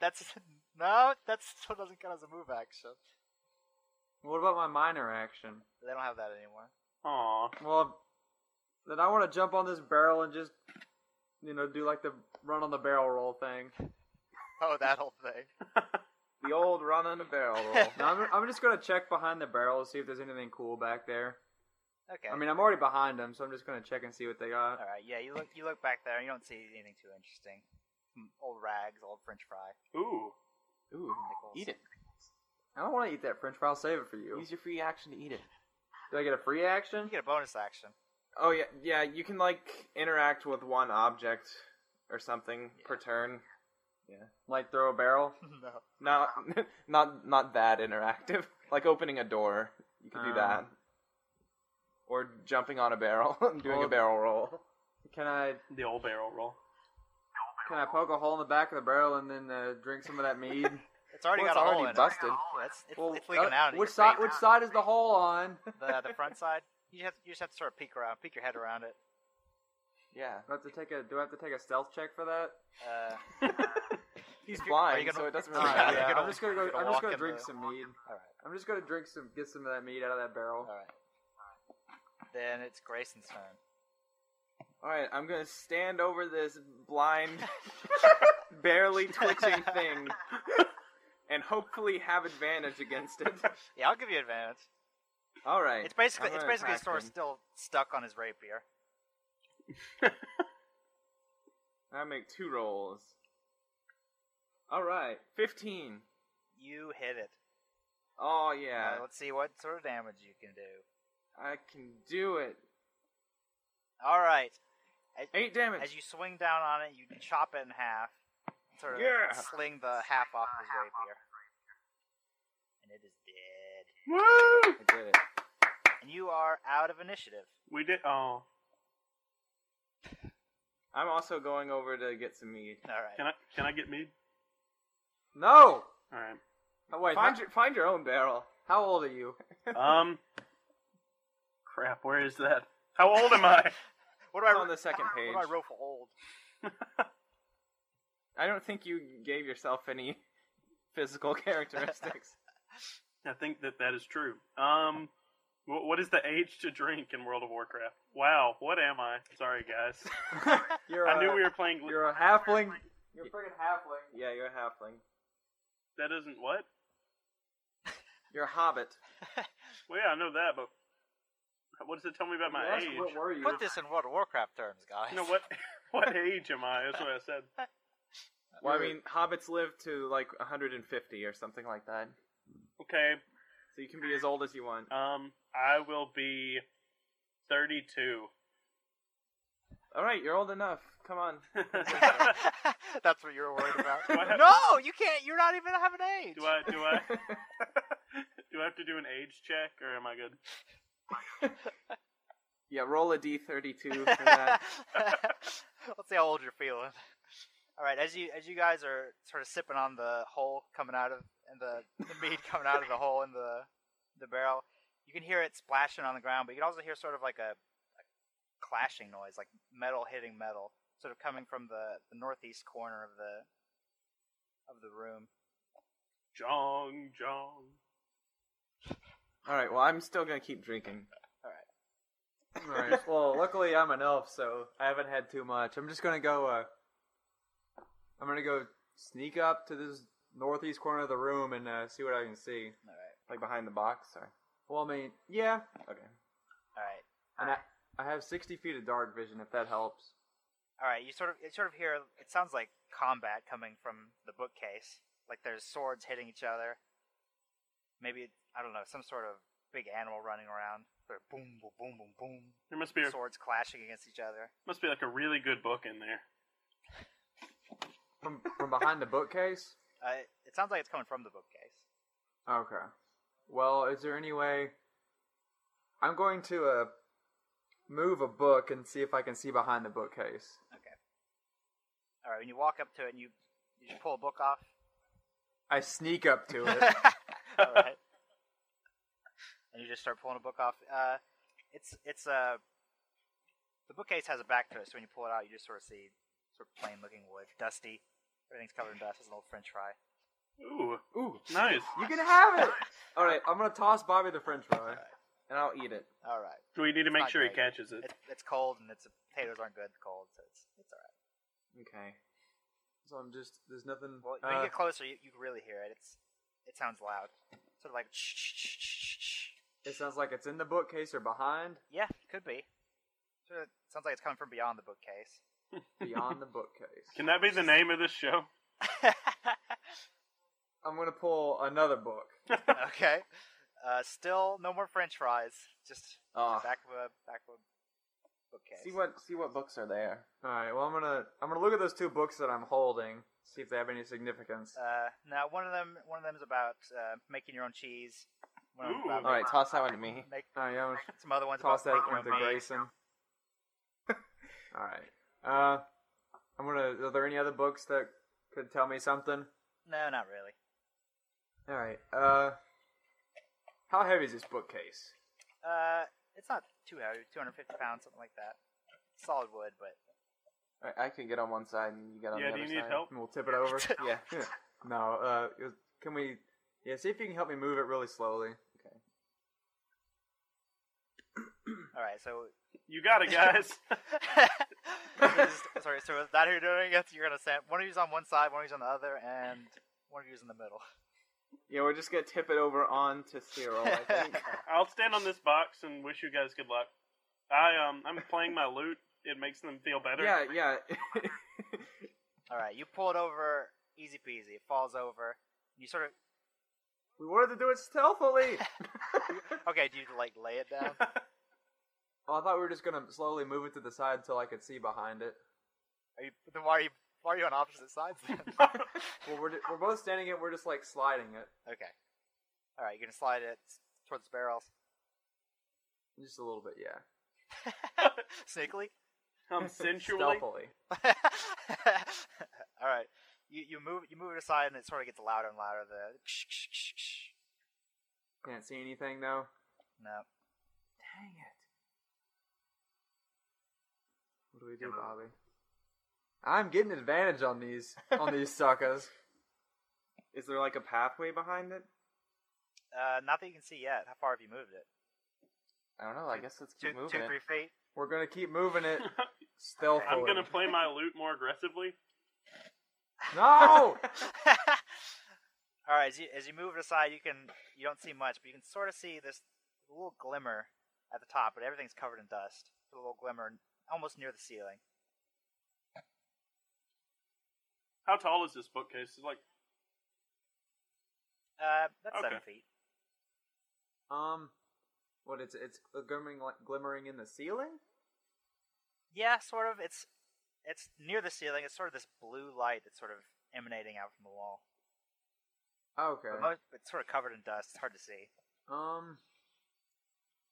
That's (laughs) no. That still doesn't count as a move action. What about my minor action? They don't have that anymore. Aw, Well, then I want to jump on this barrel and just, you know, do like the run on the barrel roll thing. Oh, that whole thing. The old run on the barrel (laughs) roll. Now I'm, I'm just gonna check behind the barrel to see if there's anything cool back there. Okay. I mean, I'm already behind them, so I'm just gonna check and see what they got. all right. Yeah, you look. You look back there. and You don't see anything too interesting. Some Old rags, old French fry. ooh, Ooh, Nickels. eat it. I don't want to eat that French fry. I'll save it for you. Use your free action to eat it. Do I get a free action? You get a bonus action. (laughs) Oh yeah, yeah. You can like interact with one object or something per turn. Like throw a barrel? no. Not, (laughs) not, not that interactive. (laughs) Like opening a door, you can do Um, that. Or jumping on a barrel, (laughs) and doing Well- a barrel roll. Can I the old barrel roll. can I poke a hole in the back of the barrel and then uh, drink some of that mead? It's already Well, got a (laughs) it's hole already in busted. it. Yeah, it's, it's, Well, it's leaking uh, out. at Which your side? face. Which side is the hole on? The, the (laughs) front side. You have you just have to sort of peek around, peek your head around it. Yeah, Do I have to take a Do I have to take a stealth check for that? Uh, he's are you blind, gonna- so it doesn't Oh, really yeah, matter. you're yeah, gonna- I'm just gonna go. you're gonna I'm just walk gonna in drink the- some mead. all right. I'm just gonna drink some, get some of that mead out of that All barrel. right. Then it's Grayson's turn. All right, I'm gonna stand over this blind, barely twitching thing, and hopefully have advantage against it. (laughs) Yeah, I'll give you advantage. All right, It's basically I'm it's gonna basically attack sort of him. still stuck on his rapier. I make two rolls. All right, fifteen. You hit it. Oh All yeah, right, let's see what sort of damage you can do. I can do it. All right. Eight damage. As you swing down on it, you chop it in half. Sort of Yeah. sling the half off of his rapier. And it is dead. Woo! I did it. And you are out of initiative. (laughs) We did. Oh, I'm also going over to get some meat. All right. can I can I get mead? All No. right. Oh, wait. Find how, your find your own barrel. how old are you? Um, (laughs) crap. Where is that? How old am I? What do I It's ro- on the second (laughs) page. What do I roll for old? I don't think you gave yourself any (laughs) physical characteristics. I think that that is true. Um, wh- what is the age to drink in World of Warcraft? Wow, what am I? Sorry, guys. You're I knew a- we were playing. gl- You're a halfling. You're a friggin' halfling. Yeah, you're a halfling. That isn't what? You're a hobbit. (laughs) Well, yeah, I know that, but what does it tell me about my Yes, age? What were you? Put this in World of Warcraft terms, guys. No, what (laughs) what age am I? That's what I said. Well, I You're- mean, hobbits live to like 150 or something like that. Okay, So you can be as old as you want. um, I will be thirty-two. All right, you're old enough. Come on. (laughs) That's what you were worried about. Do I have- no, you can't. You're not even have an age. do I do I do I have to do an age check or am I good? Yeah, roll a (laughs) d32 for that. (laughs) Let's see how old you're feeling. All right, as you as you guys are sort of sipping on the hole coming out of and the, the mead (laughs) coming out of the hole in the the barrel, you can hear it splashing on the ground, but you can also hear sort of like a, a clashing noise, like metal hitting metal, sort of coming from the, the northeast corner of the of the room. Jong Jong. All right, well, I'm still going to keep drinking. All right. (laughs) Well, luckily I'm an elf, so I haven't had too much. I'm just gonna go. Uh, I'm gonna go sneak up to this northeast corner of the room and uh, see what I can see. All right, Like behind the box? Sorry. Well, I mean, yeah, Okay. all right. and I, I have 60 feet of dark vision if that helps. All right, you sort of you sort of hear it sounds like combat coming from the bookcase. Like there's swords hitting each other. Maybe I don't know some sort of big animal running around. Sort of boom, boom, boom, boom, boom. There must be a, Swords clashing against each other. must be like a really good book in there. From from behind the bookcase. Uh, it sounds like it's coming from the bookcase. Okay. Well, is there any way? I'm going to uh, move a book and see if I can see behind the bookcase. All right, when you walk up to it and you you just pull a book off. I sneak up to it. (laughs) All right. And you just start pulling a book off. Uh, it's it's uh, the bookcase has a back to it, so when you pull it out, you just sort of see sort of plain looking wood, dusty. Everything's covered in dust. It's an old French fry. Ooh, Ooh, nice. you can have it. (laughs) All right, I'm gonna toss Bobby the French fry, and I'll eat it. All right. We need to make not sure he great. catches it. It's, it's cold, and it's potatoes aren't good cold, so it's it's all right. Okay. So I'm just there's nothing. Well, when uh, you get closer, you, you can really hear it. It's it sounds loud, sort of like it sounds like it's in the bookcase or behind, yeah, could be. Sort of sounds like it's coming from beyond the bookcase. (laughs) beyond the bookcase. Can that be the name of this show? I'm gonna pull another book. (laughs) okay. Uh, still no more French fries. Just Oh, back of a back of a bookcase. see what see what books are there. All right. Well, I'm gonna I'm gonna look at those two books that I'm holding, see if they have any significance. Uh, now one of them one of them is about uh, making your own cheese. One of them's Ooh. about All right, toss that one to me. make, All right, I'm gonna some other ones toss about that making your one own to meat. Grayson. (laughs) All right. Uh, I'm gonna. Are there any other books that could tell me something? No, not really. All right. Uh, how heavy is this bookcase? Uh, it's not too heavy. Two hundred fifty pounds, something like that. Solid wood, but All right, I can get on one side and you get on yeah, the do other you side. need help? And we'll tip (laughs) it over. Yeah. Yeah. (laughs) No. Uh, it- can we? Yeah. See if you can help me move it really slowly. all right. So (laughs) You got it, guys. sorry, so with that who doing it, you're gonna send one of you's on one side, one of you's on the other, and one of you's in the middle. Yeah, we're just gonna tip it over on to Cyril. Oh, I (laughs) think. I'll stand on this box and wish you guys good luck. I um, I'm playing my loot. It makes them feel better. yeah, yeah. all right, you pull it over, easy peasy. It falls over. You sort of (laughs) We wanted to do it stealthily. okay. Do you like lay it (laughs) down? oh, I thought we were just gonna slowly move it to the side until I could see behind it. Are you then? Why are you why are you on opposite sides (laughs) then? Well, we're, we're both standing it. We're just like sliding it okay. All right, you're gonna slide it towards the barrels (laughs) just a little bit. Yeah. sneakily. (laughs) Um, sensually. Stealthily. all right, you you move you move it aside, and it sort of gets louder and louder. The Can't see anything though. no. Dang it. What do we do, Bobby? I'm getting advantage on these (laughs) on these suckers. Is there like a pathway behind it? Uh, not that you can see yet. How far have you moved it? I don't know. I guess let's Two, keep two, moving. three it. feet. We're gonna keep (laughs) moving it stealthily. I'm gonna play my loot more aggressively. No! (laughs) (laughs) All right, as you as you move it aside, you can you don't see much, but you can sort of see this little glimmer at the top, but everything's covered in dust. A little glimmer, almost near the ceiling. How tall is this bookcase? It's like Uh, that's Okay. seven feet. um, what it's it's glimmering like glimmering in the ceiling. Yeah, sort of. It's it's near the ceiling. It's sort of this blue light that's sort of emanating out from the wall. Okay. Uh-huh. But most, it's sort of covered in dust. It's hard to see. Um,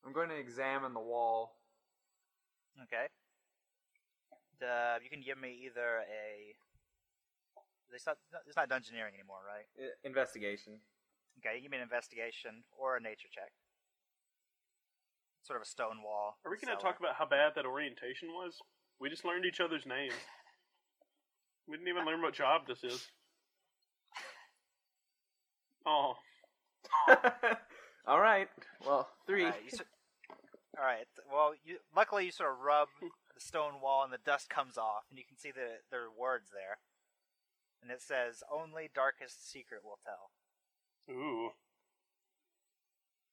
I'm going to examine the wall. Okay. Uh, you can give me either a. It's not, it's not dungeoneering anymore, right? Uh, (laughs) Investigation. Okay, you give me an investigation or a nature check. Sort of a stone wall. Are we going to talk about how bad that orientation was? We just learned each other's names. we didn't even learn what job this is. Oh, All right. Well, three. All right, you sor- all right. Well, you, luckily you sort of (laughs) rub the stone wall and the dust comes off, and you can see the there are words there, and it says, "Only darkest secret will tell." ooh.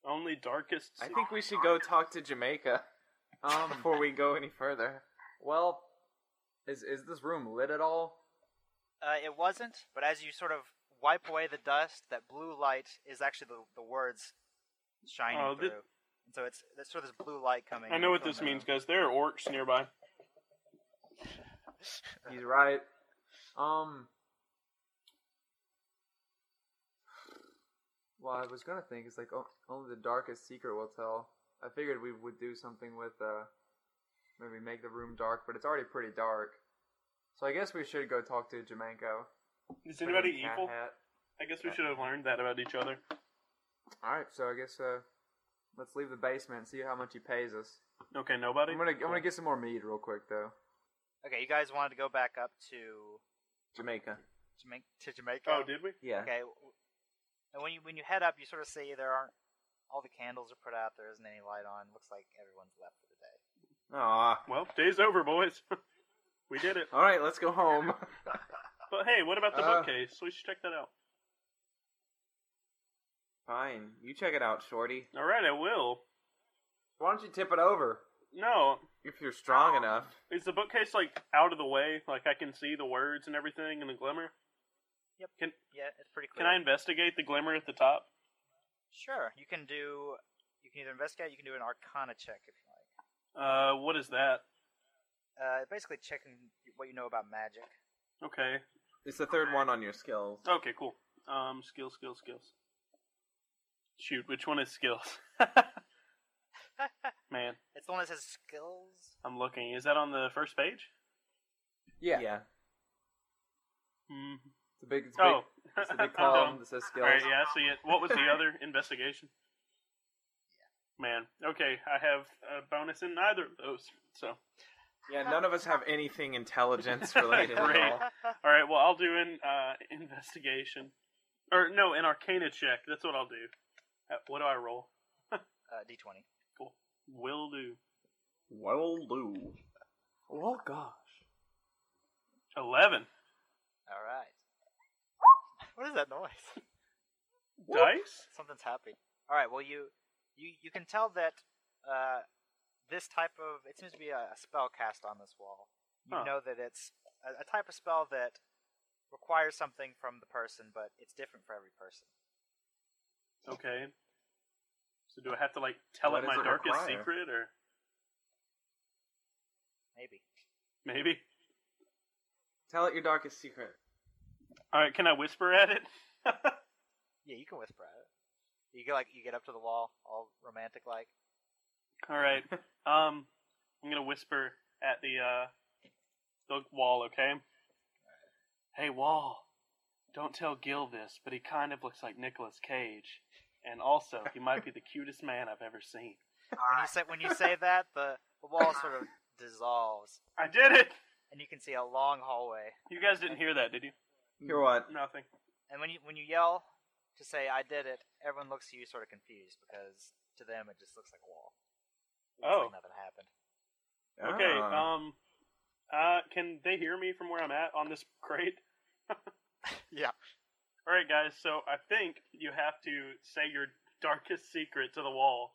Only darkest. I think we should go talk to (laughs) Jamaica Um, before we go any further. well, is is this room lit at all? Uh, it wasn't, but as you sort of wipe away the dust, that blue light is actually the, the words shining Oh, thi- through. And so it's that's sort of this blue light coming. I know what from this the- means, guys. There are orcs nearby. He's right. Um, Well, I was gonna think it's like o- only the darkest secret will tell. I figured we would do something with uh, maybe make the room dark, but it's already pretty dark. So I guess we should go talk to Jamanko. Is anybody Bring Cat evil? Hat. I guess we should have learned that about each other. All right, so I guess uh, let's leave the basement and see how much he pays us. Okay, nobody. I'm gonna I'm gonna get some more mead real quick though. Okay, you guys wanted to go back up to Jamaica. Jamaica. To Jamaica. Oh, did we? Yeah. Okay. w- And when you when you head up, you sort of see there aren't all the candles are put out. There isn't any light on. Looks like everyone's left for the day. Aw. Well, day's over, boys. (laughs) we did it. All right, let's go home. But hey, what about the Uh, bookcase? We should check that out. Fine. You check it out, Shorty. All right, I will. Why don't you tip it over? No, If you're strong enough. is the bookcase like out of the way? Like I can see the words and everything and the glimmer. Yep. Can Yeah, it's pretty clear. can I investigate the glimmer at the top? Sure. You can do. You can either investigate. You can do an Arcana check if you like. Uh, what is that? Uh, basically checking what you know about magic. Okay. It's the third one on your skills. Okay. Cool. Um, skill, skill, skills. Shoot, which one is skills? Man, It's the one that says skills. I'm looking. Is that on the first page? Yeah. Yeah. Mm. It's a big. It's a big Oh, It's the big (laughs) I'm dumb. Oh. column that says skills. All right, yeah, I see it. What was the other investigation? Man, okay, I have a bonus in neither of those. So, Yeah, none of us have anything intelligence related at (laughs) Great. all. all right, well, I'll do an uh, (laughs) investigation, or no, an Arcana check. That's what I'll do. Uh, What do I roll? (laughs) Uh, D twenty. Will do Well, do. Well, gosh. eleven All right. What is that noise? dice. Something's happy. All right. Well, you you you can tell that uh, this type of it seems to be a, a spell cast on this wall. You Huh. know that it's a, a type of spell that requires something from the person, but it's different for every person. Okay. So do I have to like tell What it does my it darkest require? secret, or Maybe. maybe? Tell it your darkest secret. All right, can I whisper at it? (laughs) Yeah, you can whisper at it. You get like you get up to the wall, all romantic like. All right. Um, I'm gonna whisper at the uh, the wall. Okay. Hey, wall. Don't tell Gil this, but he kind of looks like Nicolas Cage, and also he might be the cutest man I've ever seen. When you say when you say that, the, the wall sort of dissolves, I did it. and you can see a long hallway. You guys didn't hear that, did you? Hear what? Nothing. And when you when you yell to say "I did it," everyone looks at you sort of confused because to them it just looks like a wall. It looks Oh. like nothing happened. Okay. (laughs) Ah. Um. Uh, can they hear me from where I'm at on this crate? (laughs) Yeah. All right, guys. So I think you have to say your darkest secret to the wall.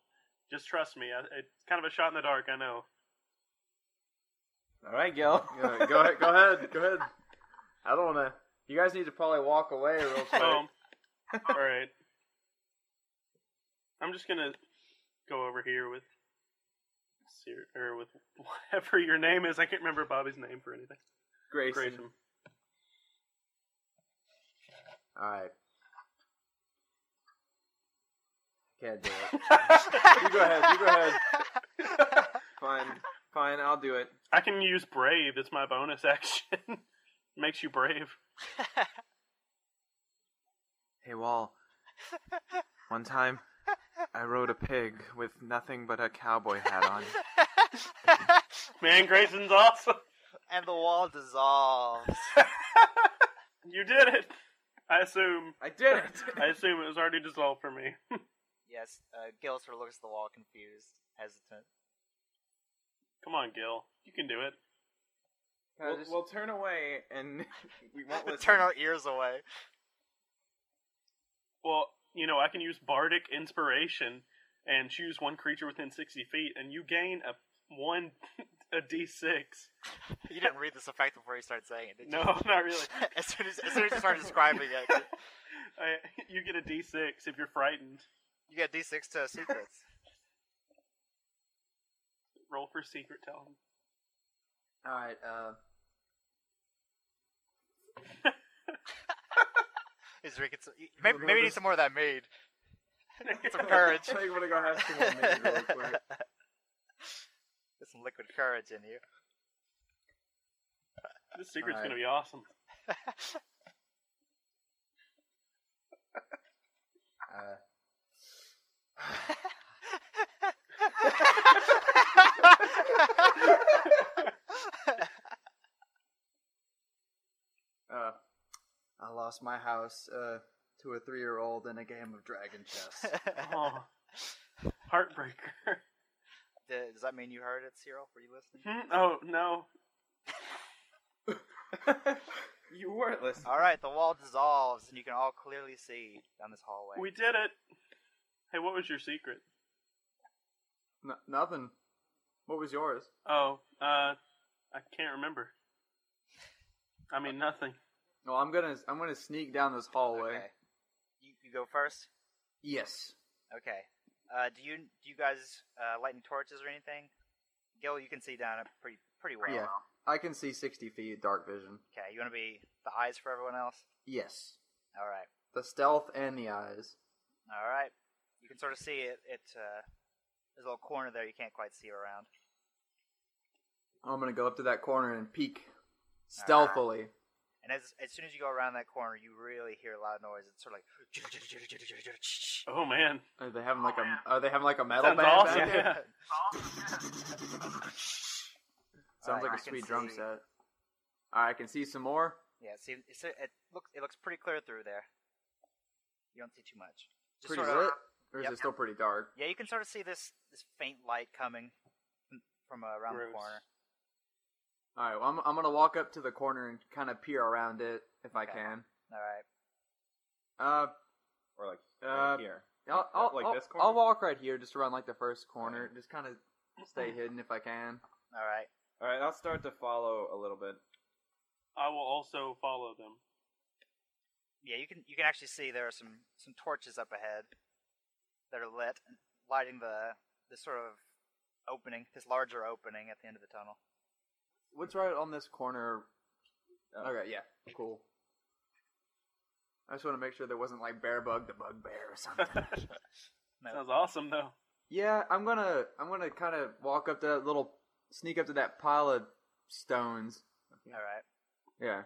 Just trust me. I, it's kind of a shot in the dark. I know. All right, Gil. Yeah, go ahead. Go ahead. Go (laughs) ahead. I don't wanna. You guys need to probably walk away real (laughs) quick. Um, all right. I'm just gonna go over here with Sir- or with whatever your name is. I can't remember Bobby's name for anything. Grayson. Grayson. All right. Can't do (laughs) it. You go ahead. You go ahead. Fine. Fine, I'll do it. I can use brave. It's my bonus (laughs) action. Makes you brave. Hey, Wall. One time, I rode a pig with nothing but a cowboy hat (laughs) on. Man, Grayson's awesome. (laughs) (laughs) and the wall dissolves. You did it. I assume. I did it! I assume it was already dissolved for me. Yes, uh, Gil sort of looks at the wall confused, hesitant. Come on, Gil. You can do it. Can I We'll, just- we'll turn away and we (laughs) won't listen. Turn our ears away. Well, you know, I can use bardic inspiration and choose one creature within sixty feet, and you gain a one (laughs) a d six. You didn't read this effect before you started saying it, did you? No, (laughs) not really. (laughs) as soon as, as soon as you start describing it, I, you get a d six if you're frightened. you get D6 to secrets. Roll for secret telling. (laughs) All right. Uh, Is Rick, it's, maybe, maybe you need some more of that made. Some courage. I think I'm gonna go have some more minute really (laughs) quick. Get some liquid courage in you. This secret's Alright. gonna be awesome. Uh, uh, I lost my house uh, to a three-year-old in a game of dragon (laughs) chess. Oh, heartbreaker. (laughs) Th- Does that mean you heard it, Cyril? Were you listening? Hmm? oh no. you weren't listening. All right, the wall dissolves, and you can all clearly see down this hallway. We did it. Hey, what was your secret? N- nothing. What was yours? Oh, uh, I can't remember. I mean, nothing. No, I'm gonna I'm gonna sneak down this hallway. Okay. You, you go first. Yes. Okay. Uh, do you do you guys uh, lighting torches or anything? Gil, you can see down it pretty pretty well. Yeah. I can see 60 feet, dark vision. Okay. You want to be the eyes for everyone else? Yes. All right. The stealth and the eyes. All right. You can sort of see it. It uh, there's a little corner there you can't quite see around. I'm gonna go up to that corner and peek stealthily. And as as soon as you go around that corner, you really hear a loud noise. It's sort of like Oh man. Are they having like Oh, a Are they having like a metal Sounds band (laughs) awesome. back there? Yeah. Sounds Alright, like I a can sweet drum see. set. All right, I can see some more. yeah. See, it's, it looks it looks pretty clear through there. You don't see too much. Just pretty sort of- lit, or is Yep. it still pretty dark? Yeah, you can sort of see this this faint light coming from- from uh, around Gross. the corner. All right, well, I'm I'm gonna walk up to the corner and kind of peer around it if I Okay. can. All right. Uh, Or like Uh, right here. I'll, I'll, like I'll, this corner? I'll walk right here, just around like the first corner, just kind of (clears throat) stay hidden if I can. All right. All right, I'll start to follow a little bit. I will also follow them. Yeah, you can you can actually see there are some some torches up ahead that are lit, lighting the this sort of opening, this larger opening at the end of the tunnel. What's right on this corner? Uh, okay, yeah, cool. I just want to make sure there wasn't like bear bug the bugbear or something. No. Sounds awesome though. (laughs) yeah, I'm gonna I'm gonna kind of walk up to that little sneak up to that pile of stones. All right. Yeah.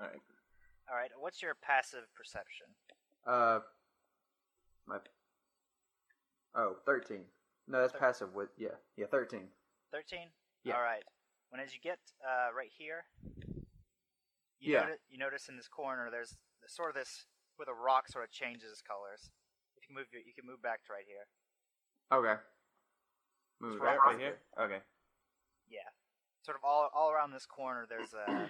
All right. What's your passive perception? Uh. My. Oh, 13. No, that's passive. With yeah, yeah, 13. Thirteen. Yeah. All right. When as you get uh, right here, you Yeah. noti- you notice in this corner there's sort of this where the rock sort of changes colors. If you move, your, you can move back to right here. Okay. Move right it. right here. Okay. Yeah. Sort of all all around this corner there's a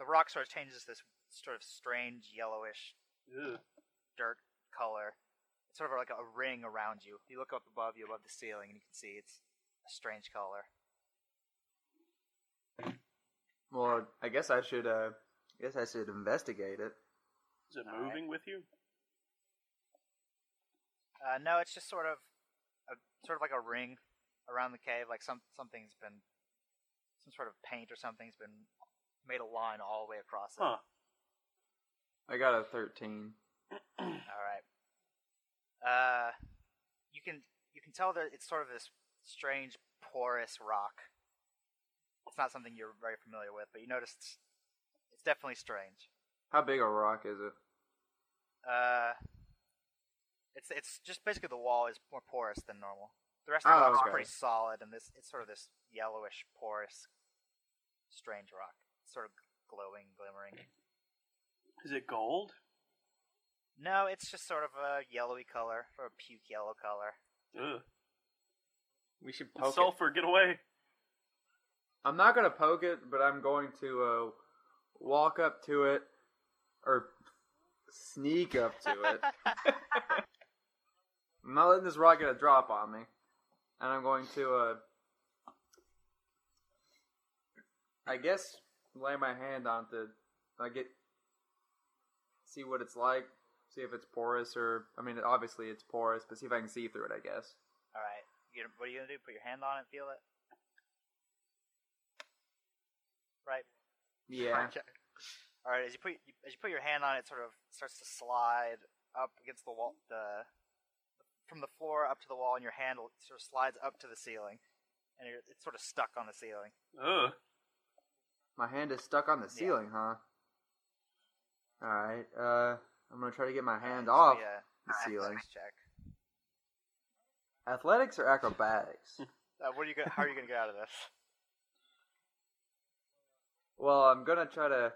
the rock sort of changes this sort of strange yellowish Ew. dirt color. It's sort of like a ring around you. You look up above you above the ceiling and you can see it's a strange color. Well, I guess I should. Uh, I guess I should investigate it. Is it All right. moving with you? Uh, no, it's just sort of a sort of like a ring around the cave like some something's been some sort of paint or something's been made a line all the way across it. Huh. I got a 13. All right. Uh, you can you can tell that it's sort of this strange porous rock. It's not something you're very familiar with, but you notice it's, it's definitely strange. How big a rock is it? Uh, it's it's just basically the wall is more porous than normal. The rest of the Oh, rock's okay. pretty solid, and this it's sort of this yellowish porous, strange rock, It's sort of glowing, glimmering. Is it gold? No, it's just sort of a yellowy color, or a puke yellow color. Ugh. We should It's poke it. Sulfur, get away. I'm not gonna poke it, but I'm going to uh, walk up to it, or sneak up to it. I'm not letting this rock get a drop on me, and I'm going to, uh, I guess, lay my hand on to, I get, see what it's like, see if it's porous or, I mean, obviously it's porous, but see if I can see through it. I guess. All right. You gonna, what are you gonna do? Put your hand on it, feel it. Right. Yeah. Okay. All right. As you put as you put your hand on it, sort of starts to slide up against the wall, the from the floor up to the wall, and your hand sort of slides up to the ceiling, and you're, it's sort of stuck on the ceiling. Ugh. My hand is stuck on the ceiling, huh? All right. Uh, I'm gonna try to get my hand off Yeah. the ceiling. Athletics (laughs) check. Athletics or acrobatics? Uh, what are you? Gonna, how are you going to get out of (laughs) this? well, I'm gonna try to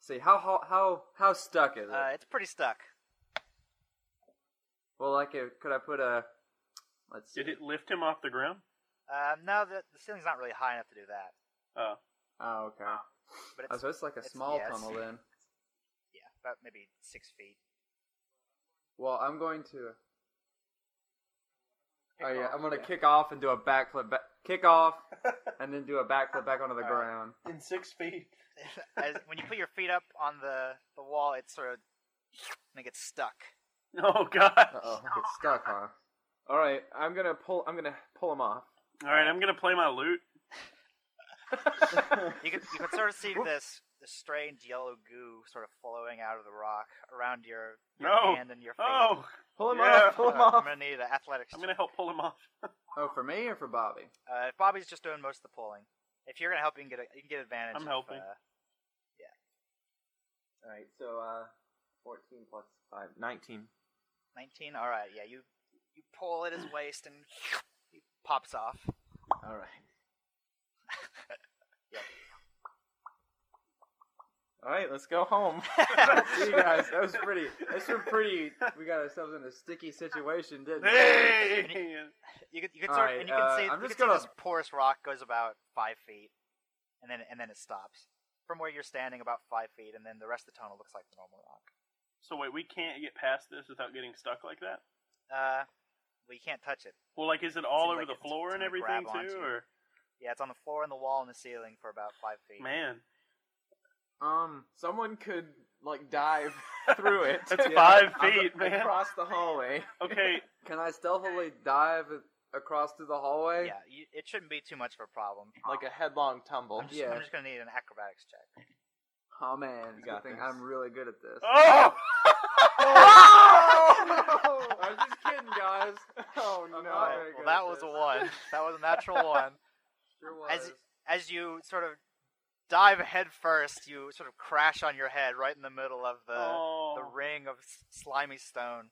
see how how how, how stuck is it. Uh, it's pretty stuck. well, I could could I put a let's see. Did it lift him off the ground? Um, no, the, the ceiling's not really high enough to do that. Oh. Oh, okay. But Oh, it's so it's like a it's- small yeah, it's- tunnel then. yeah, about maybe six feet. Well, I'm going to. Kick oh yeah, off, I'm gonna yeah. kick off and do a backflip, back, kick off, and then do a backflip back onto the All right. ground. In six feet. (laughs) As, when you put your feet up on the, the wall, it's sort of and it gets stuck. (laughs) Oh god. Uh oh, I get stuck, huh? All right, I'm gonna pull. I'm gonna pull him off. All right, I'm gonna play my lute. You can you can sort of (laughs) see this this strange yellow goo sort of flowing out of the rock around your, your No. hand and your feet. Oh, Pull him Yeah. off. Pull him Uh, I'm off. gonna need an athletics. I'm gonna help pull him off. Oh, for me or for Bobby? Uh, if Bobby's just doing most of the pulling, if you're gonna help, you can get a, you can get advantage. I'm if, helping. uh, All right, so uh, 14 plus Five, 19. 19. All right, yeah. You you pull at his waist and he pops off. All right. All right, let's go (laughs) home. See you guys. That was pretty. That's a pretty. We got ourselves in a sticky situation, didn't we? Hey! You can you can All sort right, and you can uh, see I'm you just can gonna- see this porous rock goes about five feet, and then and then it stops from where you're standing about five feet, and then the rest of the tunnel looks like the normal rock. (laughs) So wait, we can't get past this without getting stuck like that. Uh, well, you can't touch it. Well, like, is it all Seems over like the it's- floor it's and gonna everything grab too, onto you. or Yeah, it's on the floor and the wall and the ceiling for about five feet. man? Um, Someone could, like, (laughs) dive through it. That's Yeah. five Ac- feet, man. Across the hallway. Okay, can I stealthily dive across through the hallway? Yeah, you, it shouldn't be too much of a problem. Like a headlong tumble. I'm just, yeah. I'm just gonna need an acrobatics (laughs) check. Oh man, You it's a got good thing this. I'm really good at this. Oh! Oh! I'm just kidding, guys. (laughs) Oh no. not Alright, Oh! well, that was a (laughs) one. That was a natural one. Sure as- As you sort of dive head first, you sort of crash on your head right in the middle of the the oh. ring of s- slimy stone,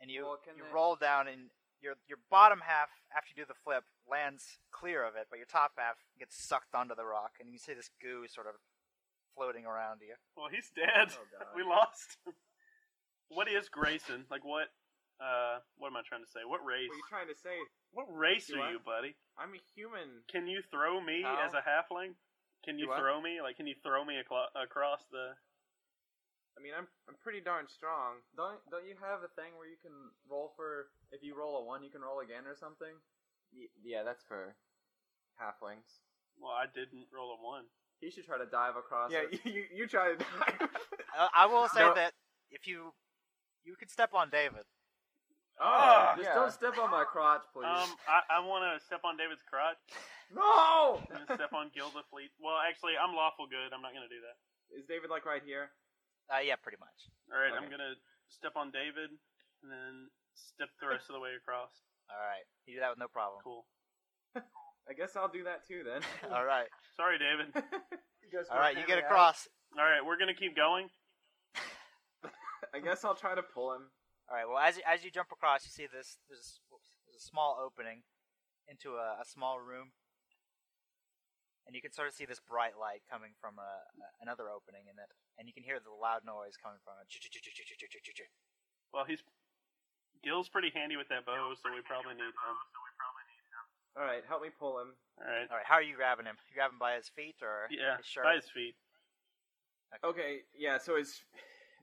and you Well, can you they- roll down, and your your bottom half after you do the flip lands clear of it, but your top half gets sucked onto the rock, and you see this goo sort of floating around you. Well, he's dead. We lost. him. What is Grayson? Like, what? Uh, what am I trying to say? What race? What are you trying to say? What race Do I- are you, buddy? I'm a human. Can you throw me How? as a halfling? Can you Do what? throw me? Like, can you throw me aclo- across the? I mean, I'm I'm pretty darn strong. Don't don't you have a thing where you can roll for if you roll a one, you can roll again or something? Y- yeah, that's for halflings. Well, I didn't roll a one. He should try to dive across. Yeah, it. (laughs) you, you, you try to (laughs) dive. I, I will say No. that if you you could step on David. Ah, just don't step (laughs) on my crotch, please. Um, I, I want to step on David's crotch no. and then step on Gilda Fleet. Well, actually, I'm lawful good. I'm not gonna do that. Is David like right here? Uh, yeah, pretty much. All right, I'm Okay. gonna step on David and then step the rest of the way across. All right, you do that with no problem. Cool. I guess I'll do that too (laughs) then. (laughs) All right, Sorry, David. all right, you get across. All right, we're gonna keep going. I guess I'll try to pull him. All right, well, as you, as you jump across, you see this there's whoops, there's a small opening into a, a small room, and you can sort of see this bright light coming from a, a- another opening in it, and you can hear the loud noise coming from it. Well, he's Gil's pretty handy with that bow, so we probably need him. All right, help me pull him. All right. All right, how are you grabbing him? You grab him by his feet or Yeah, his shirt? by his feet. Okay, yeah. So his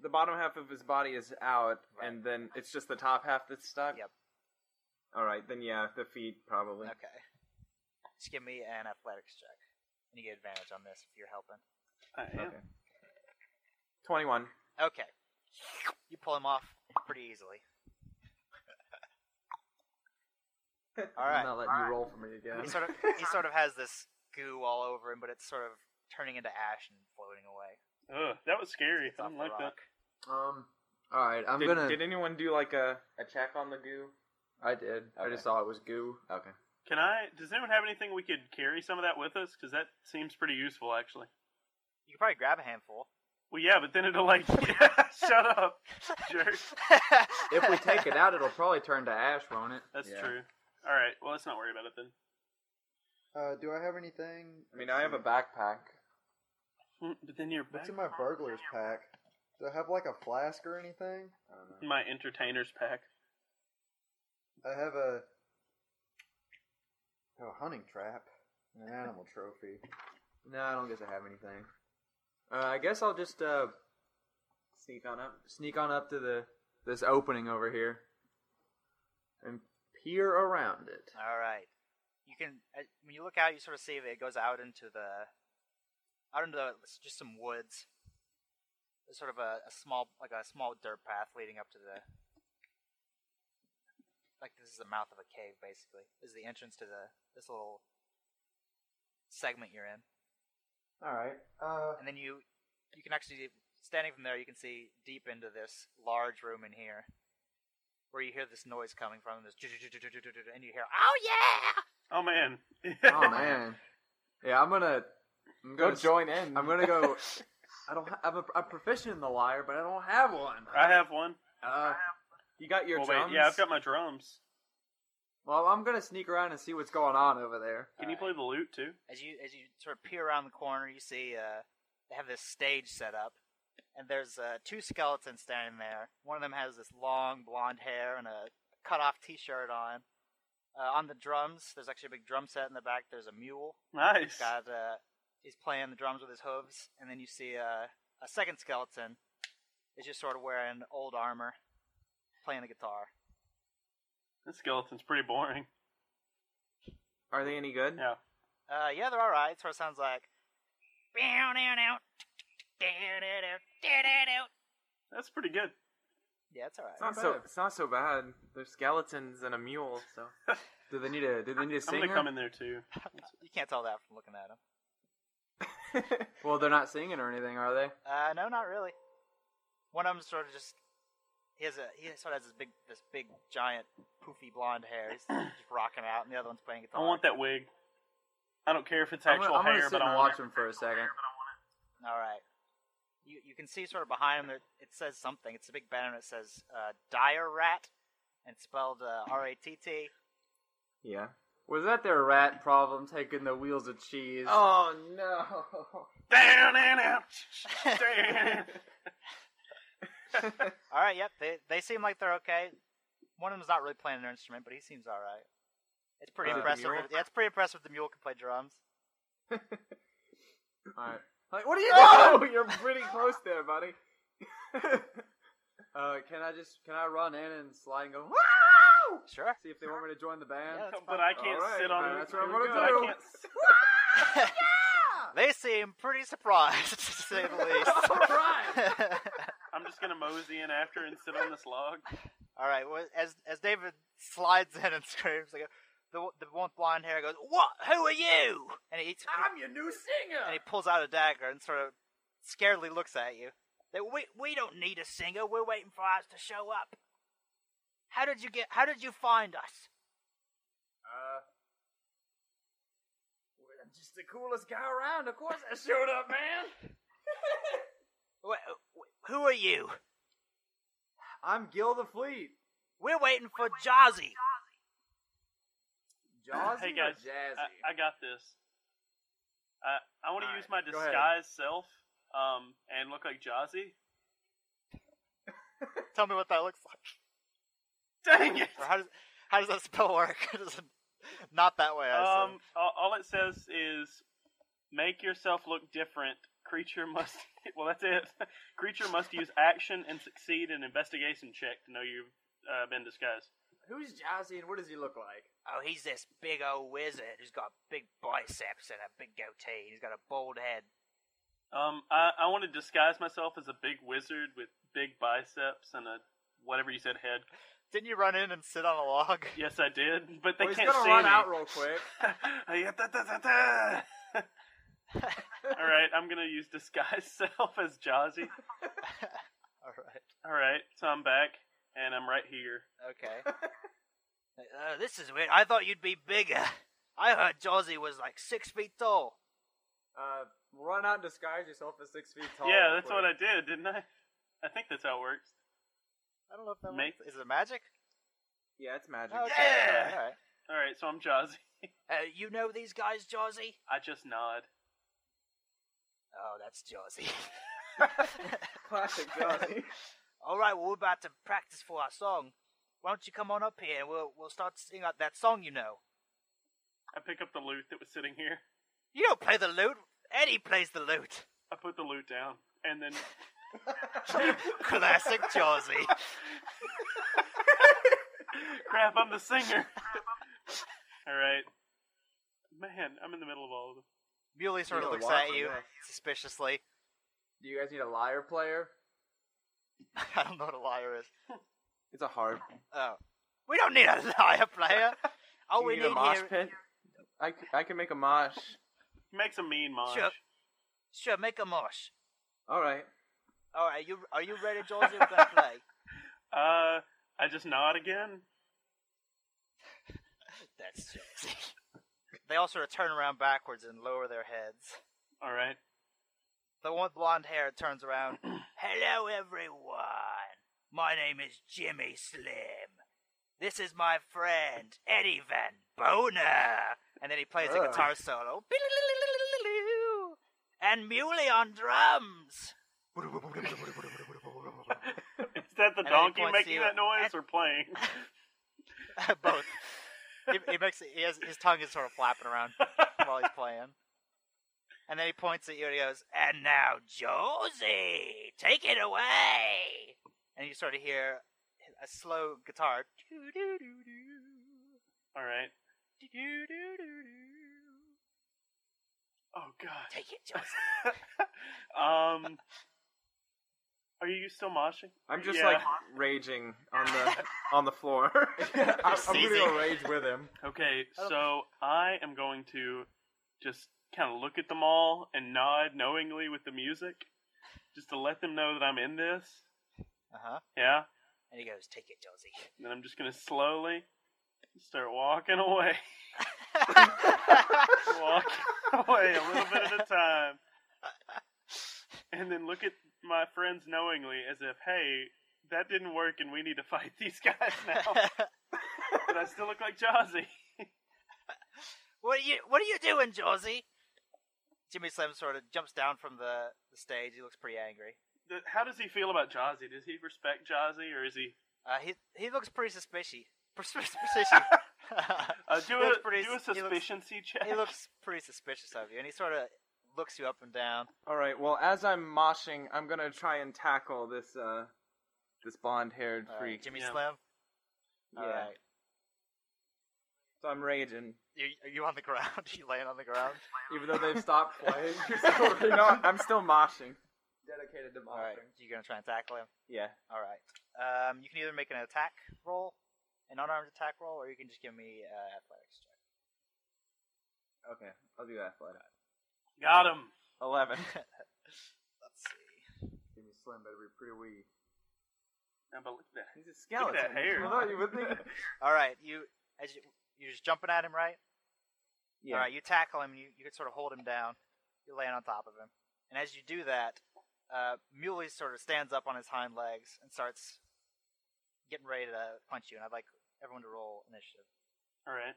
the bottom half of his body is out, Right. and then it's just the top half that's stuck. Yep. All right, then yeah, the feet probably. Okay. Just give me an athletics check, and you get advantage on this if you're helping. I am. Okay. Twenty-one. Okay. You pull him off pretty easily. All I'm right. not letting you roll for me again. He sort of he sort of has this goo all over him, but it's sort of turning into ash and floating away. Ugh, that was scary. It's I off didn't the like that. rock. Um, All right, I'm did, gonna. did anyone do like a, a check on the goo? I did. I Okay. just saw it was goo. Okay. Can I? Does anyone have anything we could carry some of that with us? Because that seems pretty useful, actually. You could probably grab a handful. Well, yeah, but then it'll like, (laughs) yeah, shut up, (laughs) jerk. If we take it out, it'll probably turn to ash, won't it? That's Yeah. true. All right. Well, let's not worry about it then. Uh, do I have anything? I mean, I have a backpack. Mm, But then you're back What's in my burglar's pack? Do I have like a flask or anything? I don't know. in my entertainer's pack. I have a, I have a hunting trap and an animal trophy. No, I don't guess I have anything. Uh, I guess I'll just uh, Sneak on up. sneak on up to the this opening over here and peer around it. All right. You can uh, when you look out, you sort of see that it goes out into the out into the, it's just some woods. There's sort of a, a small like a small dirt path leading up to the like this is the mouth of a cave basically. This is the entrance to the this little segment you're in. All right. Uh, And then you you can actually standing from there you can see deep into this large room in here where you hear this noise coming from this and you hear oh yeah Oh man. (laughs) Oh man. Yeah, I'm gonna. I'm Go gonna join in. I'm gonna (laughs) go. I don't. Ha- I'm a, I'm proficient in the lyre, but I don't have one. I have one. Uh, You got your Well, drums? wait. Yeah, I've got my drums. well, I'm gonna sneak around and see what's going on over there. Can you play the lute too? as you as you sort of peer around the corner, you see uh, they have this stage set up, and there's uh, two skeletons standing there. One of them has this long blonde hair and a cut off T-shirt on. Uh, on the drums, there's actually a big drum set in the back. There's a mule. Nice. He's got uh, he's playing the drums with his hooves, and then you see uh, a second skeleton is just sort of wearing old armor, playing the guitar. This skeleton's pretty boring. Are they any good? Yeah. Uh, yeah, they're all right. Sort of sounds like That's pretty good. yeah, it's all right. It's not, so, it's not so bad. There's skeletons and a mule, so. (laughs) Do they need a? Do they need a I'm singer? gonna come in there too. You can't tell that from looking at him. Well, they're not singing or anything, are they? Uh, no, not really. One of them sort of just he has a he sort of has this big this big giant poofy blonde hair. He's just rocking out, and the other one's playing I guitar. want that wig. I don't care if it's I'm gonna, actual I'm gonna hair, sit but I and want watch it. (laughs) them for a second. All right. You you can see sort of behind him there it says something. It's a big banner. that says uh, Dire Rat, and it's spelled uh, R A T T. Yeah. Was that their rat problem taking the wheels of cheese? Oh, (laughs) no. Down and out. Down. All right. Yep. They they seem like they're okay. One of them's not really playing an instrument, but he seems all right. It's pretty Uh, the impressive. mule? that- Yeah, it's pretty impressive. The mule can play drums. All right. (laughs) Like, what are you doing? Oh, you're pretty close there, buddy. (laughs) Uh, can I just can I run in and slide and go? Sure. See if they want me to join the band. Yeah, that's but I can't All right, sit on. man, it. that's what I'm Here we gonna go. do. I can't sit- (laughs) They seem pretty surprised, (laughs) to say the least. (laughs) I'm just gonna mosey in after and sit on this (laughs) log. All right. Well, as as David slides in and (laughs) screams, like the the one blonde hair goes, "What? Who are you?" And he I'm your new singer. and he pulls out a dagger and sort of scaredly looks at you. That we we don't need a singer. We're waiting for us to show up. How did you get? How did you find us? Uh, well, I'm just the coolest guy around. Of course I showed up, man. Wh- Who are you? I'm Gil the Fleet. We're waiting for Jazzy. Jazzy Hey, guys, or Jazzy? I, I got this. I I want to All use my right, go ahead. disguise self, um, and look like Jazzy. Tell me what that looks like. Dang it! Or how does how does that spell work? (laughs) Does it- Not that way. I assume. Um, all, all it says is make yourself look different. Creature must. (laughs) Well, that's it. Creature must use action and succeed an investigation check to know you've uh, been disguised. Who's Jazzy and what does he look like? Oh, he's this big old wizard who's got big biceps and a big goatee. He's got a bald head. Um, I, I want to disguise myself as a big wizard with big biceps and a whatever you said head. Didn't you run in and sit on a log? (laughs) Yes, I did, but they well, he's can't gonna see run me. (laughs) out real quick. All (laughs) right, I'm gonna use disguise self as Jazzy. All right. All right, so I'm back, and I'm right here. Okay. (laughs) uh, this is weird. I thought you'd be bigger. I heard Josie was like six feet tall. Uh, run out and disguise yourself as six feet tall. yeah, that's what I did, didn't I? (laughs) I think that's how it works. I don't know if that Make- works. Is it magic? Yeah, it's magic. Okay. Yeah! All right. All right, so I'm Jazzy. Uh, you know these guys, Josie? I just nod. Oh, that's (laughs) Josie. (laughs) Classic Josie. (laughs) All right, well, we're about to practice for our song. Why don't you come on up here and we'll we'll start singing out that song you know. I pick up the loot that was sitting here. You don't play the lute. Eddie plays the lute. (laughs) I put the loot down, and then (laughs) Classic Josie. crap, I'm the singer. (laughs) All right, man, I'm in the middle of all of them. Muley sort You of know, looks Locke at from you there. (laughs) suspiciously. Do you guys need a liar player? I don't know what a liar is. It's a hard. Oh, we don't need a (laughs) liar player. All you Oh, we need need, a mosh here. pit. I, c- I can make a mosh. He makes a mean mosh. Sure. Sure, make a mosh. All right. All right, you are you ready, Josie? We're (laughs) gonna play. Uh, I just nod again. That's Josie. (laughs) they all sort of turn around backwards and lower their heads. All (laughs) right, (laughs) The one with blonde hair turns around. Hello, everyone. My name is Jimmy Slim. This is my friend, Eddie Van Boner. And then he plays a Ugh. guitar solo. And Muley on drums. is that And then the he donkey points to making you. that noise (laughs) or playing? Both. He, he makes it, he has, his tongue is sort of flapping around while he's playing. And then he points at you and he goes, And now, Josie, take it away. And you sort of hear a slow guitar. All right. Oh God. Take it, Josie. (laughs) um, are you still moshing? I'm just Yeah. like raging on the on the (laughs) floor. (laughs) I'm, I'm gonna Seizing. go rage with him. Okay, I don't- so I am going to just kind of look at them all and nod knowingly with the music, just to let them know that I'm in this. Uh huh. Yeah, And he goes, Take it, Josie. and then I'm just gonna slowly start walking away, (laughs) walking away a little bit at a time, and then look at my friends knowingly as if, hey, that didn't work, and we need to fight these guys now. (laughs) but I still look like Jazzy. (laughs) what, are you, what are you doing, Josie? Jimmy Slim sort of jumps down from the, the stage. He looks pretty angry. Th- How does he feel about Jazzy? Does he respect Jazzy, or is he Uh, he he looks pretty suspicious. Suspicious. (laughs) Uh, He do, a, looks pretty- do a he looks- suspicioncy check. he looks pretty suspicious of you, and he sort of looks you up and down. All right. Well, as I'm moshing, I'm gonna try and tackle this uh this blonde-haired All right, freak. Uh, Jimmy yeah. Slim. Yeah. All right. So I'm raging, You, are you on the ground? (laughs) Are you laying on the ground? Even though they've stopped (laughs) playing. no, I'm still moshing. dedicated to moshing. All right. You're gonna try and tackle him. Yeah. All right. Um, you can either make an attack roll, an unarmed attack roll, or you can just give me uh, athletics check. (laughs) Okay. I'll do that. Later. Got him. Eleven. Let's see. Jimmy Slim better be pretty wee. Now, but look at that. He's a Look skeleton. at that hair. Well, no, you would think. All right. You as you you're just jumping at him, right? Yeah. All right. You tackle him. You you can sort of hold him down. You're laying on top of him, and as you do that, uh, Muley sort of stands up on his hind legs and starts getting ready to punch you. And I'd like everyone to roll initiative. All right.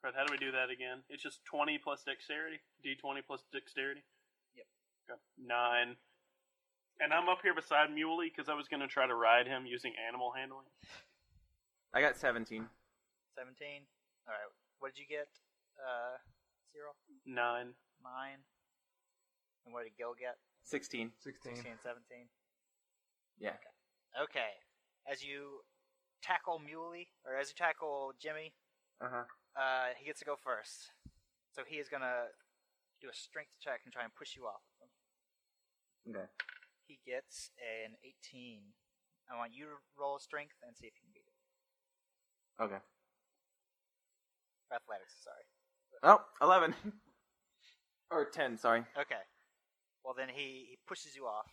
Fred, how do we do that again? It's just 20 plus dexterity. D20 plus dexterity. Yep. Okay. Nine. And I'm up here beside Muley because I was going to try to ride him using animal handling. I got seventeen. Seventeen. All right. What did you get? Uh, zero, Nine. nine. And what did Gil get? Sixteen. 16. 16, 17. Yeah. Okay. As you tackle Muley, or as you tackle Jimmy, Uh-huh. uh, he gets to go first. So he is going to do a strength check and try and push you off. of him. Okay. He gets an 18. I want you to roll strength and see if you can beat it. Okay. Athletics, sorry. Oh, 11. (laughs) or 10, sorry. Okay. Well, then he, he pushes you off.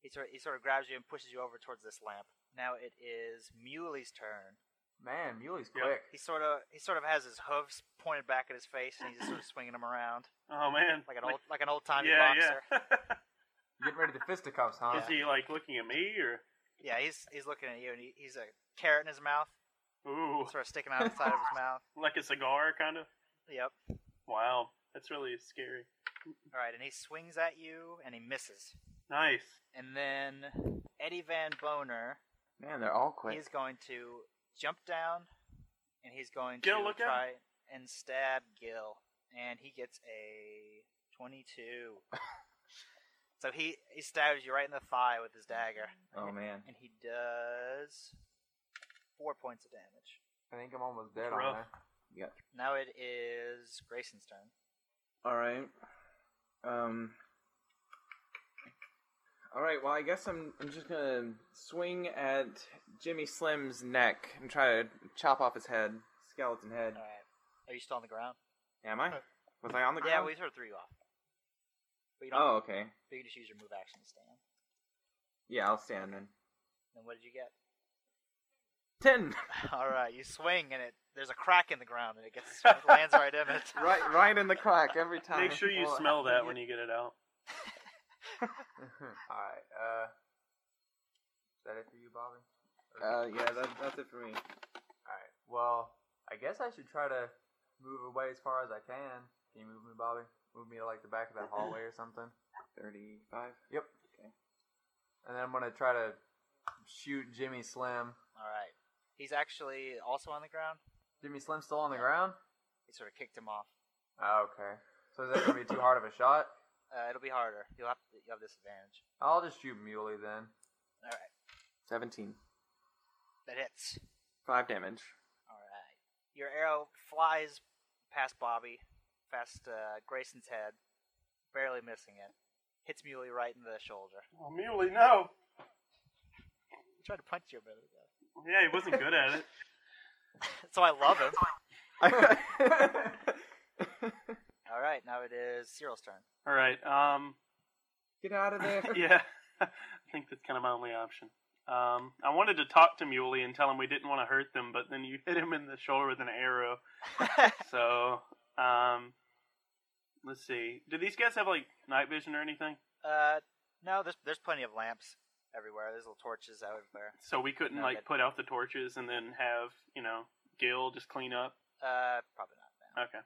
He sort of, he sort of grabs you and pushes you over towards this lamp. Now it is Muley's turn. Man, Muley's Yeah. quick. He sort of he sort of has his hoofs pointed back at his face, and he's just sort of swinging them around Oh man, like an old like an old timey yeah, boxer. (laughs) Oh, yeah. You Getting ready to fisticuffs, huh? Is he like looking at me or? Yeah, he's he's looking at you, and he, he's a carrot in his mouth, Ooh, sort of sticking out the side (laughs) of his mouth. like a cigar, kind of. Yep. Wow, that's really scary. All right, and he swings at you, and he misses. Nice. And then Eddie Van Boner, Man, they're all quick. he's going to jump down, and he's going Gil, to look out. try and stab Gil, and he gets a twenty-two. so he he stabs you right in the thigh with his dagger, Oh man, and he does four points of damage. I think I'm almost dead Rough. on that. Yeah. Now it is Grayson's turn. All right. Um. All right. Well, I guess I'm. I'm just gonna swing at Jimmy Slim's neck and try to chop off his head, skeleton head. All right, are you still on the ground? Uh, Am I? Was I on the Yeah, ground? we sort of threw you off. But you don't. Um, Oh, okay. You can just use your move action to stand. Yeah, I'll stand then. Then what did you get? (laughs) Ten. (laughs) All right, you swing and it there's a crack in the ground and it gets (laughs) it lands right in it. (laughs) right, right in the crack every time. Make sure you Well, smell that (laughs) when you get it out. all right. Uh, is that it for you, Bobby? Uh, yeah, that, that's it for me. All right. Well, I guess I should try to move away as far as I can. Can you move me, Bobby? Move me to like the back (clears throat) of that hallway or something. Thirty-five. Yep. Okay. And then I'm gonna try to shoot Jimmy Slim. All right. He's actually also on the ground. Jimmy Slim's still on the ground. He sort of kicked him off. Oh, okay. So is that gonna be too hard of a shot? Uh, it'll be harder. You'll have to, you'll have disadvantage. I'll just shoot Muley then. All right. Seventeen. That hits. Five (laughs) damage. All right. Your arrow flies past Bobby, past uh, Grayson's head, barely missing it. Hits Muley right in the shoulder. Oh, Muley, no. He tried to punch you a minute ago. (laughs) Yeah, he wasn't good at it. So I love him. Get All right. Now it is Cyril's turn. (laughs) All right. Um. out of there. yeah, (laughs) I think that's kind of my only option. Um, I wanted to talk to Muley and tell him we didn't want to hurt them, but then you (laughs) hit him in the shoulder with an arrow. so, um, let's see. Do these guys have like night vision or anything? Uh, no, there's there's plenty of lamps everywhere. There's little torches out there. So we couldn't No, like that- put out the torches and then have you know Gil just clean up. Uh, probably not. Now. Okay.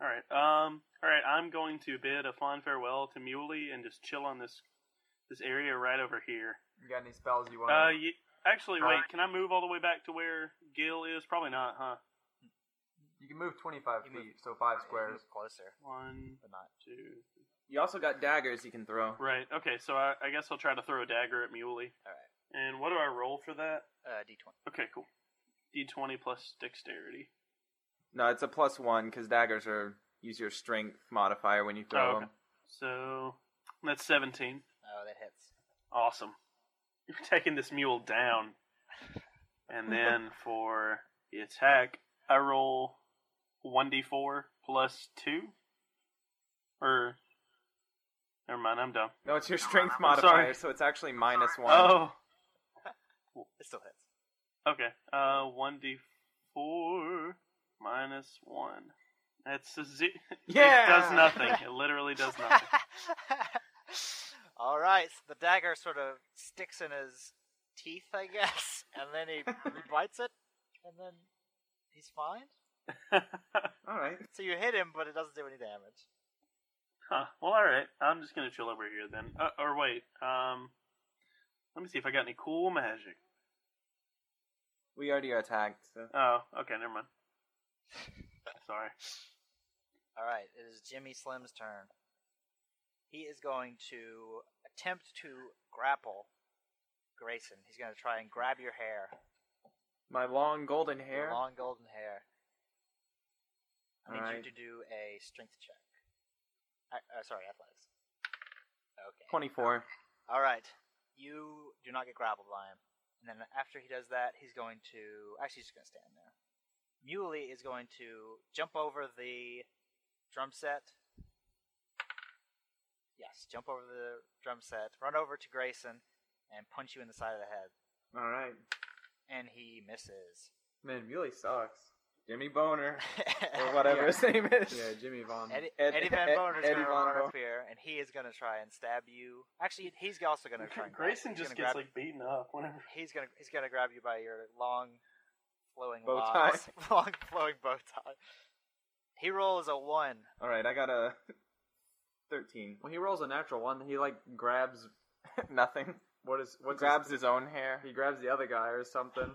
All right. Um. All right. I'm going to bid a fond farewell to Muley and just chill on this this area right over here. You got any spells you want? Uh, to y actually, Uh, wait. Can I move all the way back to where Gil is? Probably not, huh? you can move 25 You feet, move- so five Yeah, you move squares. Mm-hmm. closer, One, but not. two. You also got daggers you can throw. Right. Okay. So I, I guess I'll try to throw a dagger at Muley. All right. And what do I roll for that? Uh, D twenty. Okay. Cool. D20 plus dexterity. No, it's a plus one because daggers are use your strength modifier when you throw Oh, okay. them. So that's 17. Oh, that hits. Awesome. (laughs) You're taking this mule down. (laughs) And then for the attack, I roll 1d4 plus 2. Or. Never mind, I'm dumb. No, it's (laughs) your strength sorry. modifier, so it's actually minus one. Oh, It still hits. okay. Uh, 1d4 minus 1. That's a zero. yeah, (laughs) It (laughs) does nothing. It literally does nothing. (laughs) (laughs) All right. So the dagger sort of sticks in his teeth, I guess, and then (laughs) he, he bites it, and then he's fine. All right. So you hit him, but it doesn't do any damage. Huh. Well, all right. I'm just gonna chill over here then. Uh, or wait. Um, let me see if I got any cool magic. We already attacked. So. Oh, okay. Never mind. Sorry. All right. It is Jimmy Slim's turn. He is going to attempt to grapple Grayson. He's going to try and grab your hair. My long golden Your hair. Long golden hair. I need Alright. you to do a strength check. I, uh, sorry, athletics. Okay. Twenty-four. All right. You do not get grappled by him. And then after he does that, he's going to. Actually, he's just going to stand there. Muley is going to jump over the drum set. Yes, jump over the drum set, run over to Grayson, and punch you in the side of the head. All right. And he (laughs) misses. Man, Muley sucks. Jimmy Boner (laughs) or whatever his name is. (laughs) Yeah, Jimmy Von. (laughs) Eddie, Ed- Eddie Van Ed- Boner is Eddie going to Van run Bo- up here, and he is going to try and stab you. Actually, he's also going to try. And grab Grayson you. just he's gonna gets like beaten up (laughs) whenever. grab, he's going to he's going to grab you by your long, flowing Bow locks. (laughs) long flowing bow tie. He rolls a one. All right, I got (laughs) a 13. When he rolls a natural one, he like grabs (laughs) Nothing. what is what grabs his own hair. He grabs the other guy or something,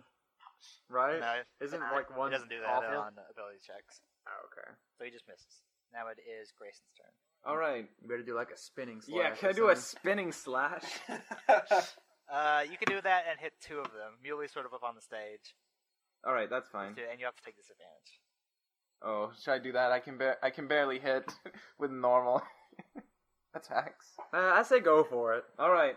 right? No, Isn't like one he doesn't do that awful? on ability checks, Oh, okay. so he just misses. Now it is Grayson's turn. All right. You better do like a spinning slash. Yeah, or can I do a something. spinning (laughs) slash? Uh, you can do that and hit two of them. Muley's sort of up on the stage, All right, that's fine. too, and you have to take disadvantage. Oh, should I do that? I can bar- I can barely hit (laughs) with normal (laughs) attacks. Uh, I say go for it. All right.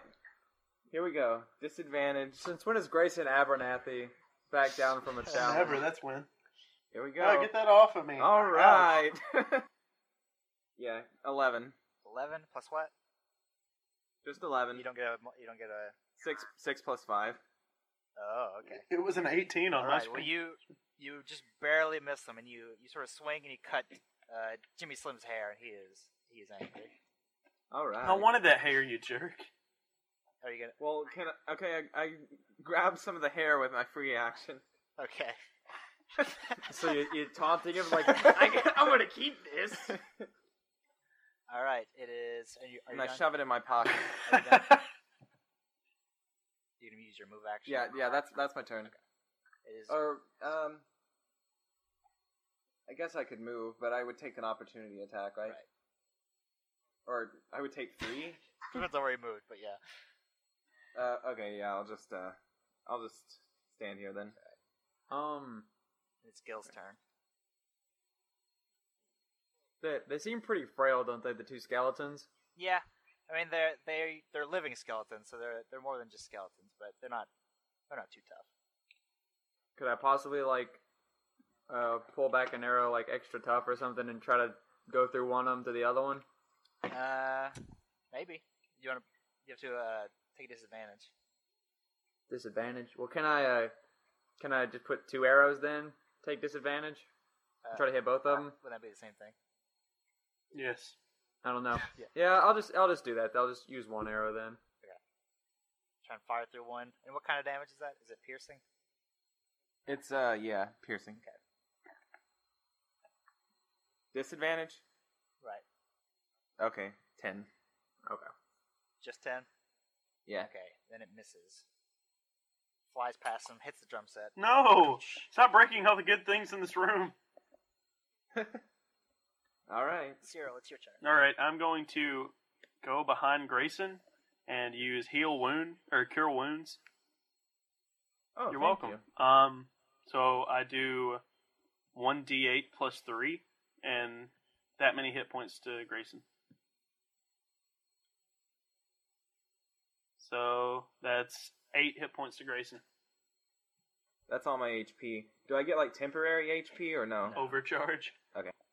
Here we go. Disadvantage. Since when is Grayson Abernathy back down (laughs) from a challenge? Never. That's when. Here we go. Oh, get that off of me. All right. (laughs) yeah, 11. Eleven plus what? Just 11. You don't get a. mo- You don't get a. 6 6 plus 5. Oh, okay. It was an 18 on All my right. Well, screen. you you just barely miss him, and you you sort of swing and you cut uh, Jimmy Slim's hair, and he is he is angry. All right. I wanted that hair, you jerk. Are you gonna? Well, can I, okay, I, I grabbed some of the hair with my free action. Okay. So you, you're taunting him (laughs) like I, am gonna keep this. All right. It is. Are you, are And you I done? shove it in my pocket. Are you done? you gonna use your move action? (laughs) Yeah, yeah, that's that's my turn. It is. Or um, I guess I could move, but I would take an opportunity attack, right? Right. Or I would take three. (laughs) Depends on where you moved, but yeah. uh, okay, yeah, I'll just uh, I'll just stand here then. um. It's Gil's turn. They, they seem pretty frail, don't they? The two skeletons. Yeah, I mean they're they they're living skeletons, so they're they're more than just skeletons, but they're not they're not too tough. Could I possibly like uh, pull back an arrow like extra tough or something and try to go through one of them to the other one? Uh, maybe you want to you have to uh take a disadvantage. Disadvantage. Well, can I uh, can I just put two arrows then? Take disadvantage. Uh, Try to hit both um, of them. Would that be the same thing? Yes. I don't know. Yeah. Yeah, I'll just I'll just do that. I'll just use one arrow then. Try and fire through one. And what kind of damage is that? Is it piercing? It's uh, yeah, piercing. Disadvantage. Right. Okay, ten. Just ten. Yeah. Okay. Then it misses. Flies past him, hits the drum set. No! Stop breaking all the good things in this room. All right. Cyril, it's your turn. All right, I'm going to go behind Grayson and use heal wound or cure wounds. Oh, You're thank welcome. you. Um, so I do one d8 plus three, and that many hit points to Grayson. So that's eight hit points to Grayson. That's all my HP. Do I get like temporary HP or no? Overcharge.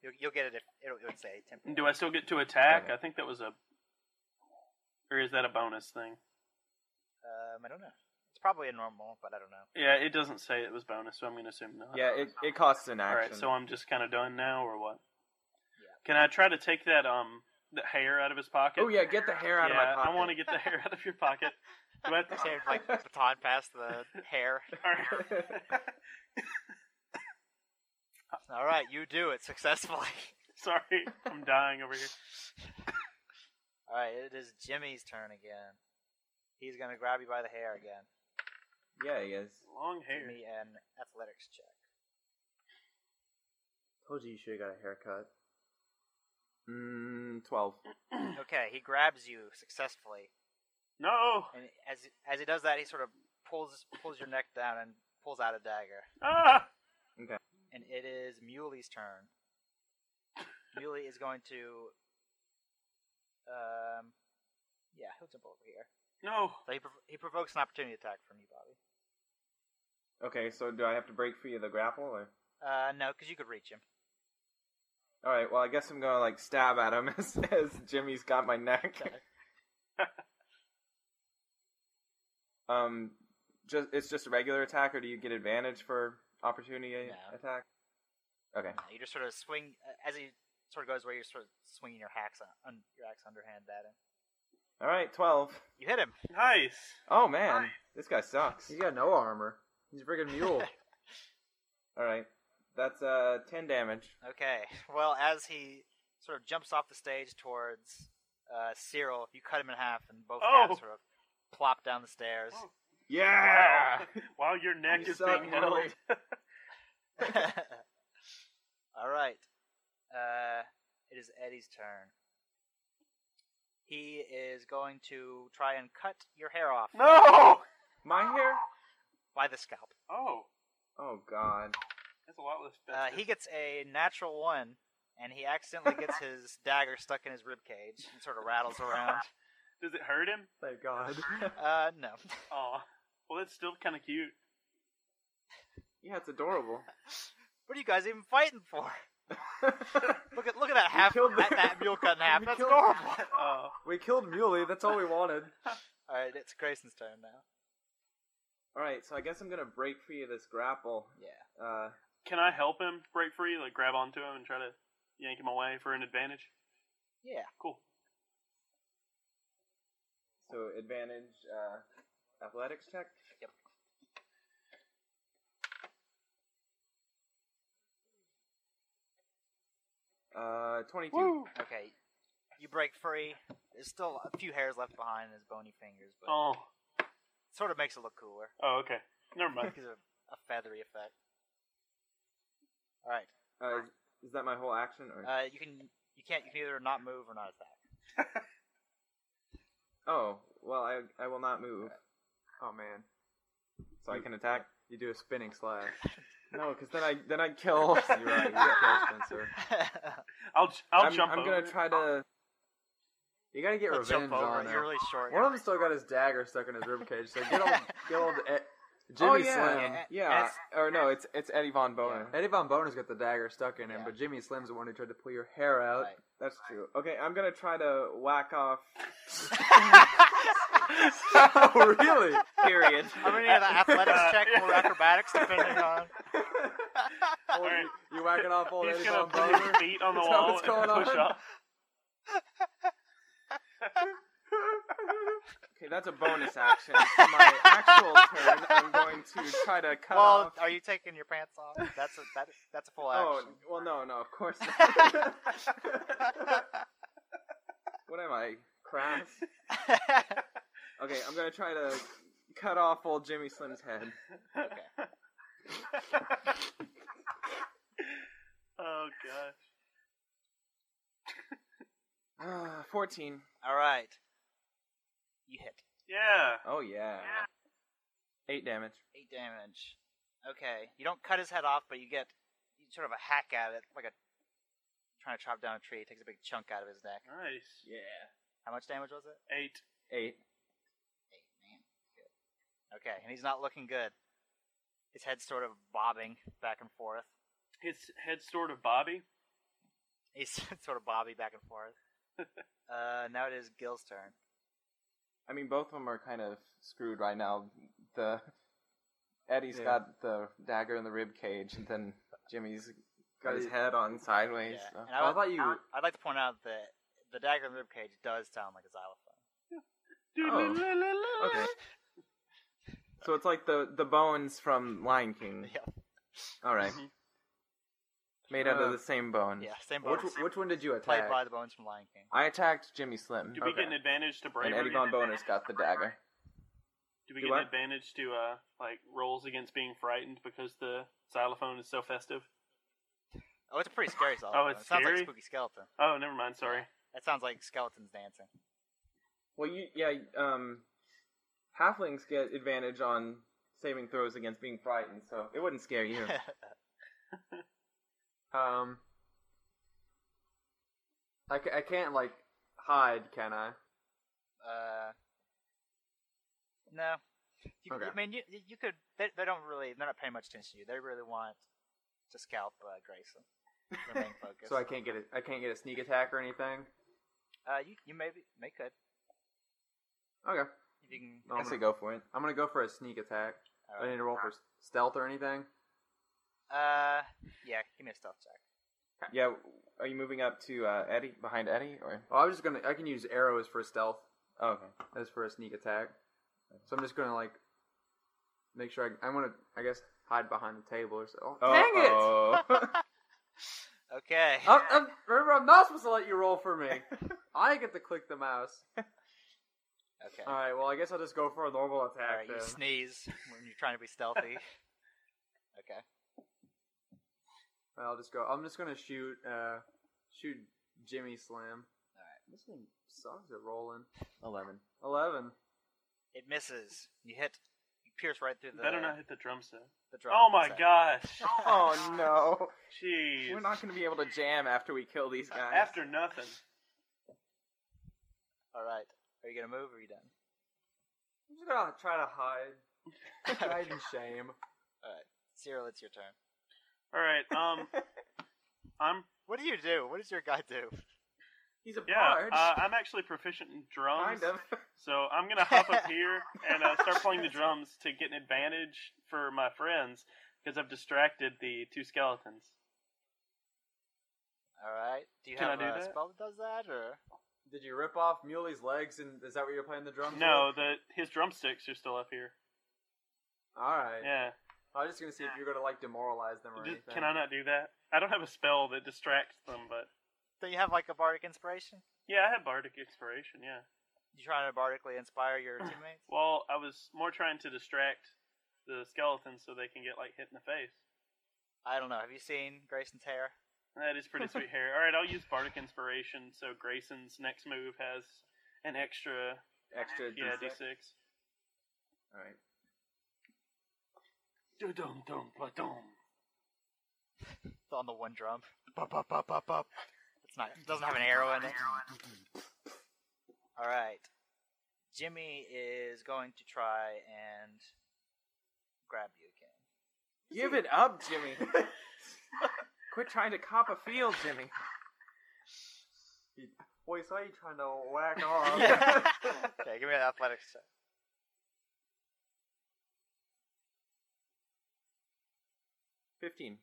You'll, you'll get it. If, it'll, it'll say temporary. Do I still get to attack? Okay. I think that was a, or is that a bonus thing? Um, I don't know. It's probably a normal, but I don't know. Yeah, it doesn't say it was bonus, so I'm going to assume not. Yeah, it, it costs an All action. right, so I'm just kind of done now, or what? Yeah. Can I try to take that um the hair out of his pocket? oh yeah, get the hair out Yeah, of my pocket. I want to get the hair out of your (laughs) pocket. Do (laughs) I have to Same, like baton past the hair. Alright. All right, you do it successfully. (laughs) (laughs) Sorry, I'm dying over here. All right, it is Jimmy's turn again. He's gonna grab you by the hair again. Yeah, he is. Long Give hair. me an athletics check. (clears throat) Told you you should have got a haircut. Mm, Twelve. Okay, he grabs you successfully, (laughs) No. and as as he does that, he sort of pulls pulls your neck down and pulls out a dagger. Ah. And it is Muley's turn. Muley is going to, um, yeah, he'll jump over here. No. So he, prov- he provokes an opportunity attack from you, Bobby. Okay, so do I have to break free of the grapple or? Uh, no, because you could reach him. All right. Well, I guess I'm gonna like stab at him (laughs) as, as Jimmy's got my neck. Okay. (laughs) Um, just it's just a regular attack, or do you get advantage for opportunity No. attack? Okay. Uh, You just sort of swing uh, as he sort of goes where you're sort of swinging your hacks on, on your axe underhand at him. All right, twelve. You hit him. Nice. Oh man, this guy sucks. He's got no armor. He's a freaking (laughs) mule. All right, that's uh ten damage. Okay. Well, as he sort of jumps off the stage towards uh, Cyril, you cut him in half, and both Oh. halves sort of plop down the stairs. Oh. Yeah. (laughs) While your neck You is suck, being Molly. held. (laughs) All right. Uh, it is Eddie's turn. He is going to try and cut your hair off No. My hair? by the scalp. Oh, Oh god. that's a lot less. Uh, he gets a natural one, and he accidentally (laughs) gets his dagger stuck in his rib cage and sort of rattles around. Does it hurt him? Thank God. Uh, no. Oh, well, that's still kind of cute. Yeah, it's adorable. (laughs) What are you guys even fighting for? Look at look at that We half killed the- that, that mule cut in (laughs) half. we That's killed- adorable. Oh, we killed Muley. That's all we wanted. All right, it's Grayson's turn now. All right, so I guess I'm gonna break free of this grapple. Yeah. Uh, can I help him break free? Like grab onto him and try to yank him away for an advantage? Yeah. Cool. so advantage, uh, athletics check. Yep. Uh, twenty-two. Okay. You break free. There's still a few hairs left behind in his bony fingers, but Oh. it sort of makes it look cooler. Oh, okay. Never mind. Gives it a, a feathery effect. All right. Uh, is that my whole action? Or Uh, you can you can't you can either not move or not attack. oh, well, I I will not move, Oh man, so I can attack. you do a spinning slash. (laughs) No, because then I then I kill. You're right. You're kill Spencer. (laughs) I'll j- I'll I'm, jump I'm over. gonna try to. You gotta get He'll revenge jump over. on it. him. You're really short. (laughs) One of them still got his dagger stuck in his ribcage, (laughs) so get old, get old E- Jimmy oh yeah, Slim. yeah. It's- Or no, it's it's Eddie Von Boner. Eddie Von Boner's got the dagger stuck in him, Yeah. but Jimmy Slim's the one who tried to pull your hair out. Right. That's true. Okay, I'm gonna try to whack off. (laughs) oh really? Period. I'm gonna need an athletics check or acrobatics, depending on. Old- Alright. You whacking off old He's Eddie gonna Von put his Boner? feet on the Is that wall what's going and push on? up. Okay, that's a bonus action. For my actual turn, I'm going to try to cut Well, off. are you taking your pants off? That's a that, that's a full Oh action. well, no, no, of course. not. (laughs) what am I? Crass. (laughs) Okay, I'm gonna try to cut off old Jimmy Slim's head. (sighs) Oh gosh. Uh, Fourteen. All right, you hit Yeah. Oh yeah. Eight damage. eight damage. Okay, you don't cut his head off, but you get you sort of a hack at it, like a trying to chop down a tree. It takes a big chunk out of his neck. Nice. Yeah. How much damage was it? Eight. Eight. Eight, man. Good. Okay, and he's not looking good. His head's sort of bobbing back and forth. (laughs) His head sort of Bobby. He's sort of bobby back and (laughs) forth. uh, now it is Gil's turn. I mean, both of them are kind of screwed right now. The Eddie's Yeah. got the dagger in the rib cage, and then Jimmy's got his Yeah. head on sideways. Yeah, so- and Oh, I I would, thought you. I'd like to point out that the dagger in the ribcage does sound like a xylophone. Okay. (laughs) So it's like the the bones from Lion King. Yep. All right. Mhm. Made out Uh, of the same bone. Yeah, Mm-hmm. same Which, bones. which one did you played attack? by the bones from Lion King. I attacked Jimmy Slim, Do we Okay. get an advantage to and bravery? Eddie Von Boner's got the dagger. Do we Do get what? an advantage to uh like rolls against being frightened because the xylophone is so festive? Oh, it's a pretty (laughs) scary xylophone. it's it sounds scary? like spooky skeleton. Oh, never mind. Sorry. That sounds like skeletons dancing. Well, you yeah, um, halflings get advantage on (laughs) saving throws against being frightened, so it wouldn't (laughs) scare you. Um, I, ca- I can't like hide, can I? uh, no. You, Okay. I mean, you you could. They, they don't really. They're not paying much attention to you. They really want to scalp uh, Grayson. Remain (laughs) focused. So I can't get a I can't get a sneak attack or anything. uh, you you maybe may could Okay. if you You can. No, I'm, I say gonna, go for it. I'm gonna go for a sneak attack. all Do I right. need to roll for stealth or anything. Uh, yeah. Give me a stealth check. Yeah, are you moving up to uh, Eddie behind Eddie or? Oh, I was just gonna. I can use arrows for stealth Oh, okay. as for a sneak attack. So I'm just gonna like make sure I. I want to. I guess hide behind the table or so. Oh, Dang it! (laughs) it! Okay. I'm, I'm, remember, I'm not supposed to let you roll for me. I get to click the mouse. okay. All right. Well, I guess I'll just go for a normal attack All right, then. you sneeze when you're trying to be (laughs) stealthy. okay. I'll just go. I'm just gonna shoot. Uh, shoot Jimmy Slam. This thing sucks at rolling. Eleven. Eleven. It misses. You hit. You pierce right through the. Better not hit the drum set. The drum. Oh my set. gosh. (laughs) oh no, Jeez. we're not going to be able to jam after we kill these guys. After nothing. All right. Are you gonna move or are you done? I'm just gonna try to hide. (laughs) hide in shame. All right. (laughs) Cyril, it's your turn. All right. Um, I'm What do you do? What does your guy do? he's a yeah. bard, Uh, um, I'm actually proficient in drums, kind of. so I'm gonna hop up here and uh, start playing the drums to get an advantage for my friends because I've distracted the two skeletons. All right. Do you Can I have do a that? spell that does that, or (laughs) Did you rip off Muley's legs? And is that what you're playing the drums? No, the his drumsticks are still up here. All right. Yeah. I was just gonna see if you're gonna like demoralize them or Just- anything. can I not do that? I don't have a spell that distracts them, but do you have like a bardic inspiration? yeah, I have bardic inspiration. Yeah. You trying to bardically inspire (sighs) your teammates? Well, I was more trying to distract the skeletons so they can get like hit in the face. I don't know. Have you seen Grayson's hair? That is (laughs) pretty sweet hair. All right, I'll use bardic inspiration so Grayson's next move has an extra Extra. yeah D6. d6. All right. Dum dum dum. It's on the one drum. Bop, bop, bop, bop, bop. It's not. It doesn't have an arrow in it. All right. Jimmy is going to try and grab you (laughs) again. Give it up, (laughs) Jimmy. Quit trying to cop a feel, Jimmy. Boy, so you trying to (laughs) whack off. okay, give me an athletics check. Fifteen.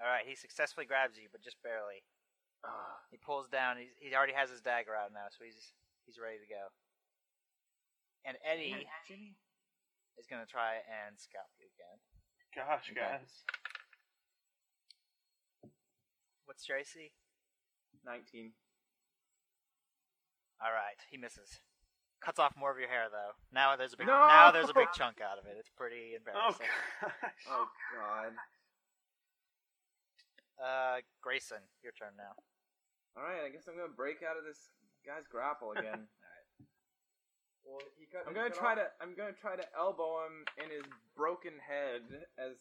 All right, he successfully grabs you, but just barely. Ah. He pulls down. He's, he already has his dagger out now, so he's he's ready to go. And Eddie is going to try and scalp you again. Gosh, Okay. guys, What's your AC? Nineteen. All right, he misses. Cuts off more of your hair though. Now there's a big No! now there's a big chunk out of it. It's pretty oh embarrassing. gosh, Oh God. Uh, Grayson, your turn now. All right, I guess I'm gonna break out of this guy's grapple (laughs) again. Well, he cut, I'm he gonna cut try off- to I'm gonna try to elbow him in his broken head as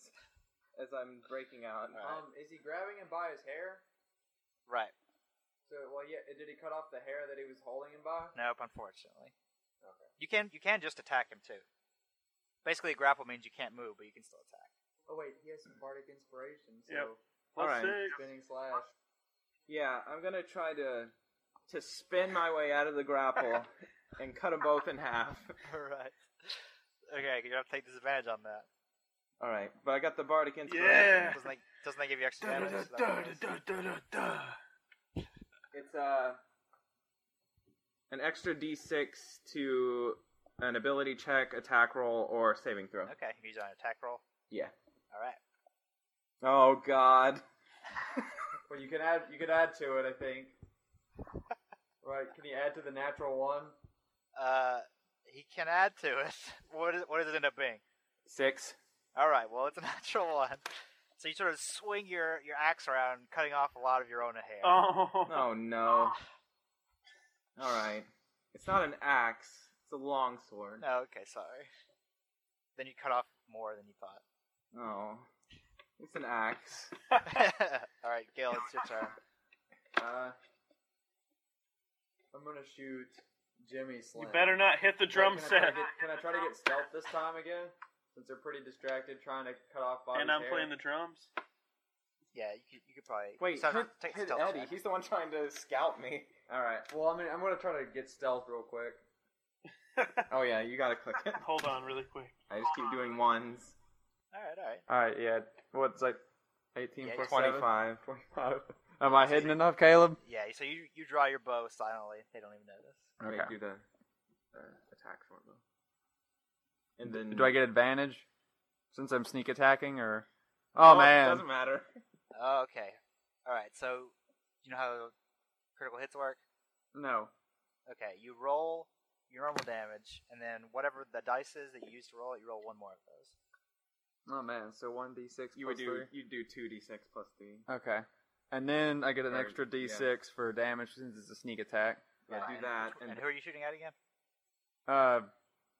as I'm breaking out. Um, is he grabbing him by his hair? Right. So, well, yeah. Did he cut off the hair that he was holding him by? Nope, unfortunately. Okay. You can you can just attack him too. Basically, grapple means you can't move, but you can still attack. (laughs) Oh wait, he has some bardic inspiration. So Yep. (laughs) All plus right. six. spinning slash. Yeah, I'm gonna try to to spin my way out of the (laughs) grapple and cut them both in half. All right. Okay, you're gonna have to take disadvantage on that. All right, but I got the bardic inspiration. Yeah. Doesn't that, doesn't that give you extra Da, da, damage? da, Is that da, what it is? da, da, da, da. It's uh an extra d6 to an ability check, attack roll, or saving throw. Okay, you can use it on an attack roll. Yeah. All right. Oh God. (laughs) Well, you can add. You can add to it, I think. right? Can you add to the natural one? Uh, he can add to it. (laughs) What is, what does it end up being? Six. All right. Well, it's a (laughs) natural one. So you sort of swing your, your axe around, cutting off a lot of your own hair. Oh, Oh no. All right. It's not an axe. It's a long sword. No, Oh, okay, sorry. Then you cut off more than you (laughs) thought. (laughs) Oh. It's an axe. All right, Gil, it's your turn. Uh, I'm gonna shoot Jimmy you Slam. better not hit the drum Wait, set. I try to get- can I try to get stealth this time again? Since they're pretty distracted trying to cut off Bobby's And I'm hair. playing the drums. Yeah, you could, you could probably Wait, so- hit, take a hit stealth check. Eddie. He's the one trying to scalp me. All right. (laughs) Well, I mean, I'm gonna try to get stealth real quick. Oh yeah, you gotta click it. Hold on, really quick. I just keep doing ones. All right, all right. All right, yeah. What's like 18 Yeah, plus Twenty 25? five. 25. Am I hidden enough, Caleb? Yeah, so you you draw your bow silently. They don't even notice. Okay. Okay. do the uh, attack for them. And then Do I get advantage since I'm sneak attacking or? Oh No, it man, doesn't (laughs) matter. Oh, okay. All right. So you know how critical hits work? no. Okay. You roll your normal damage, and then whatever the dice is that you used to roll, it, you roll one more of those. Oh man, so one d six. You would do you do two d six plus three. Okay, and then I get an Or- extra d six for damage since it's a sneak attack. Yeah, Right, do and that which- and, And who are you shooting at again? Uh,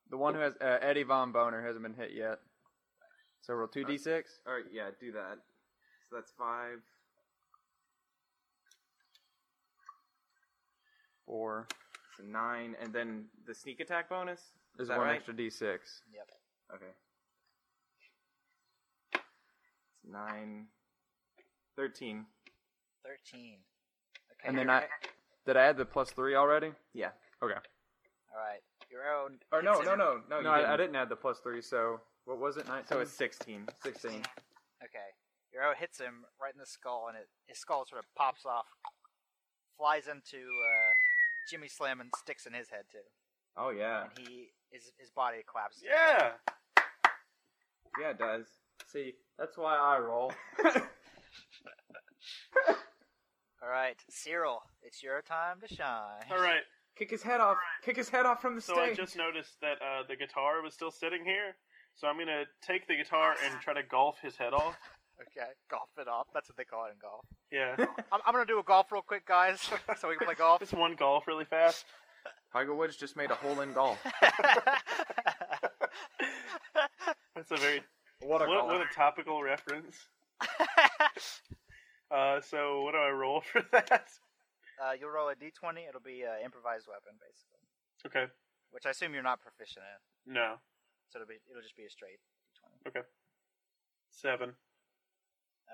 the one who has uh, Eddie Von Boner hasn't been hit yet. So roll two d six. all right, yeah, do that. So that's five. Four So nine, and then the sneak attack bonus is is that one right? extra d six. Yep. Okay. It's nine. Thirteen. Thirteen. Okay. And then your I did I add the plus three already? Yeah. a- All right. Your own. Or no, hits no, in- no, no. No, you I, I didn't add the plus three. So what was it? Nineteen. So it's sixteen. sixteen. Okay. Your arrow hits him right in the skull, and it, his skull sort of pops off, flies into uh, Jimmy Slim, and sticks in his head too. Oh yeah, And he his his body collapses. Yeah. yeah, it does. See, that's why I roll. All right, Cyril, it's your time to shine. All (laughs) right. Kick his head off. Kick his head off from the So I stage. just noticed that uh, the guitar was still sitting here. So I'm gonna take the guitar and try to golf his head off. Okay, golf it off. That's what they call it in golf. Yeah. I'm, I'm gonna do a golf real quick, guys, (laughs) so we can play (laughs) golf. Just one golf really fast. Tiger Woods just made a hole in golf. That's a very what what, what a topical reference. Uh, so what do I roll (laughs) for that? uh, you'll roll a d20. It'll be an improvised weapon, basically, Okay. which I assume you're not proficient in. No. So it'll be it'll just be a straight d20. Seven.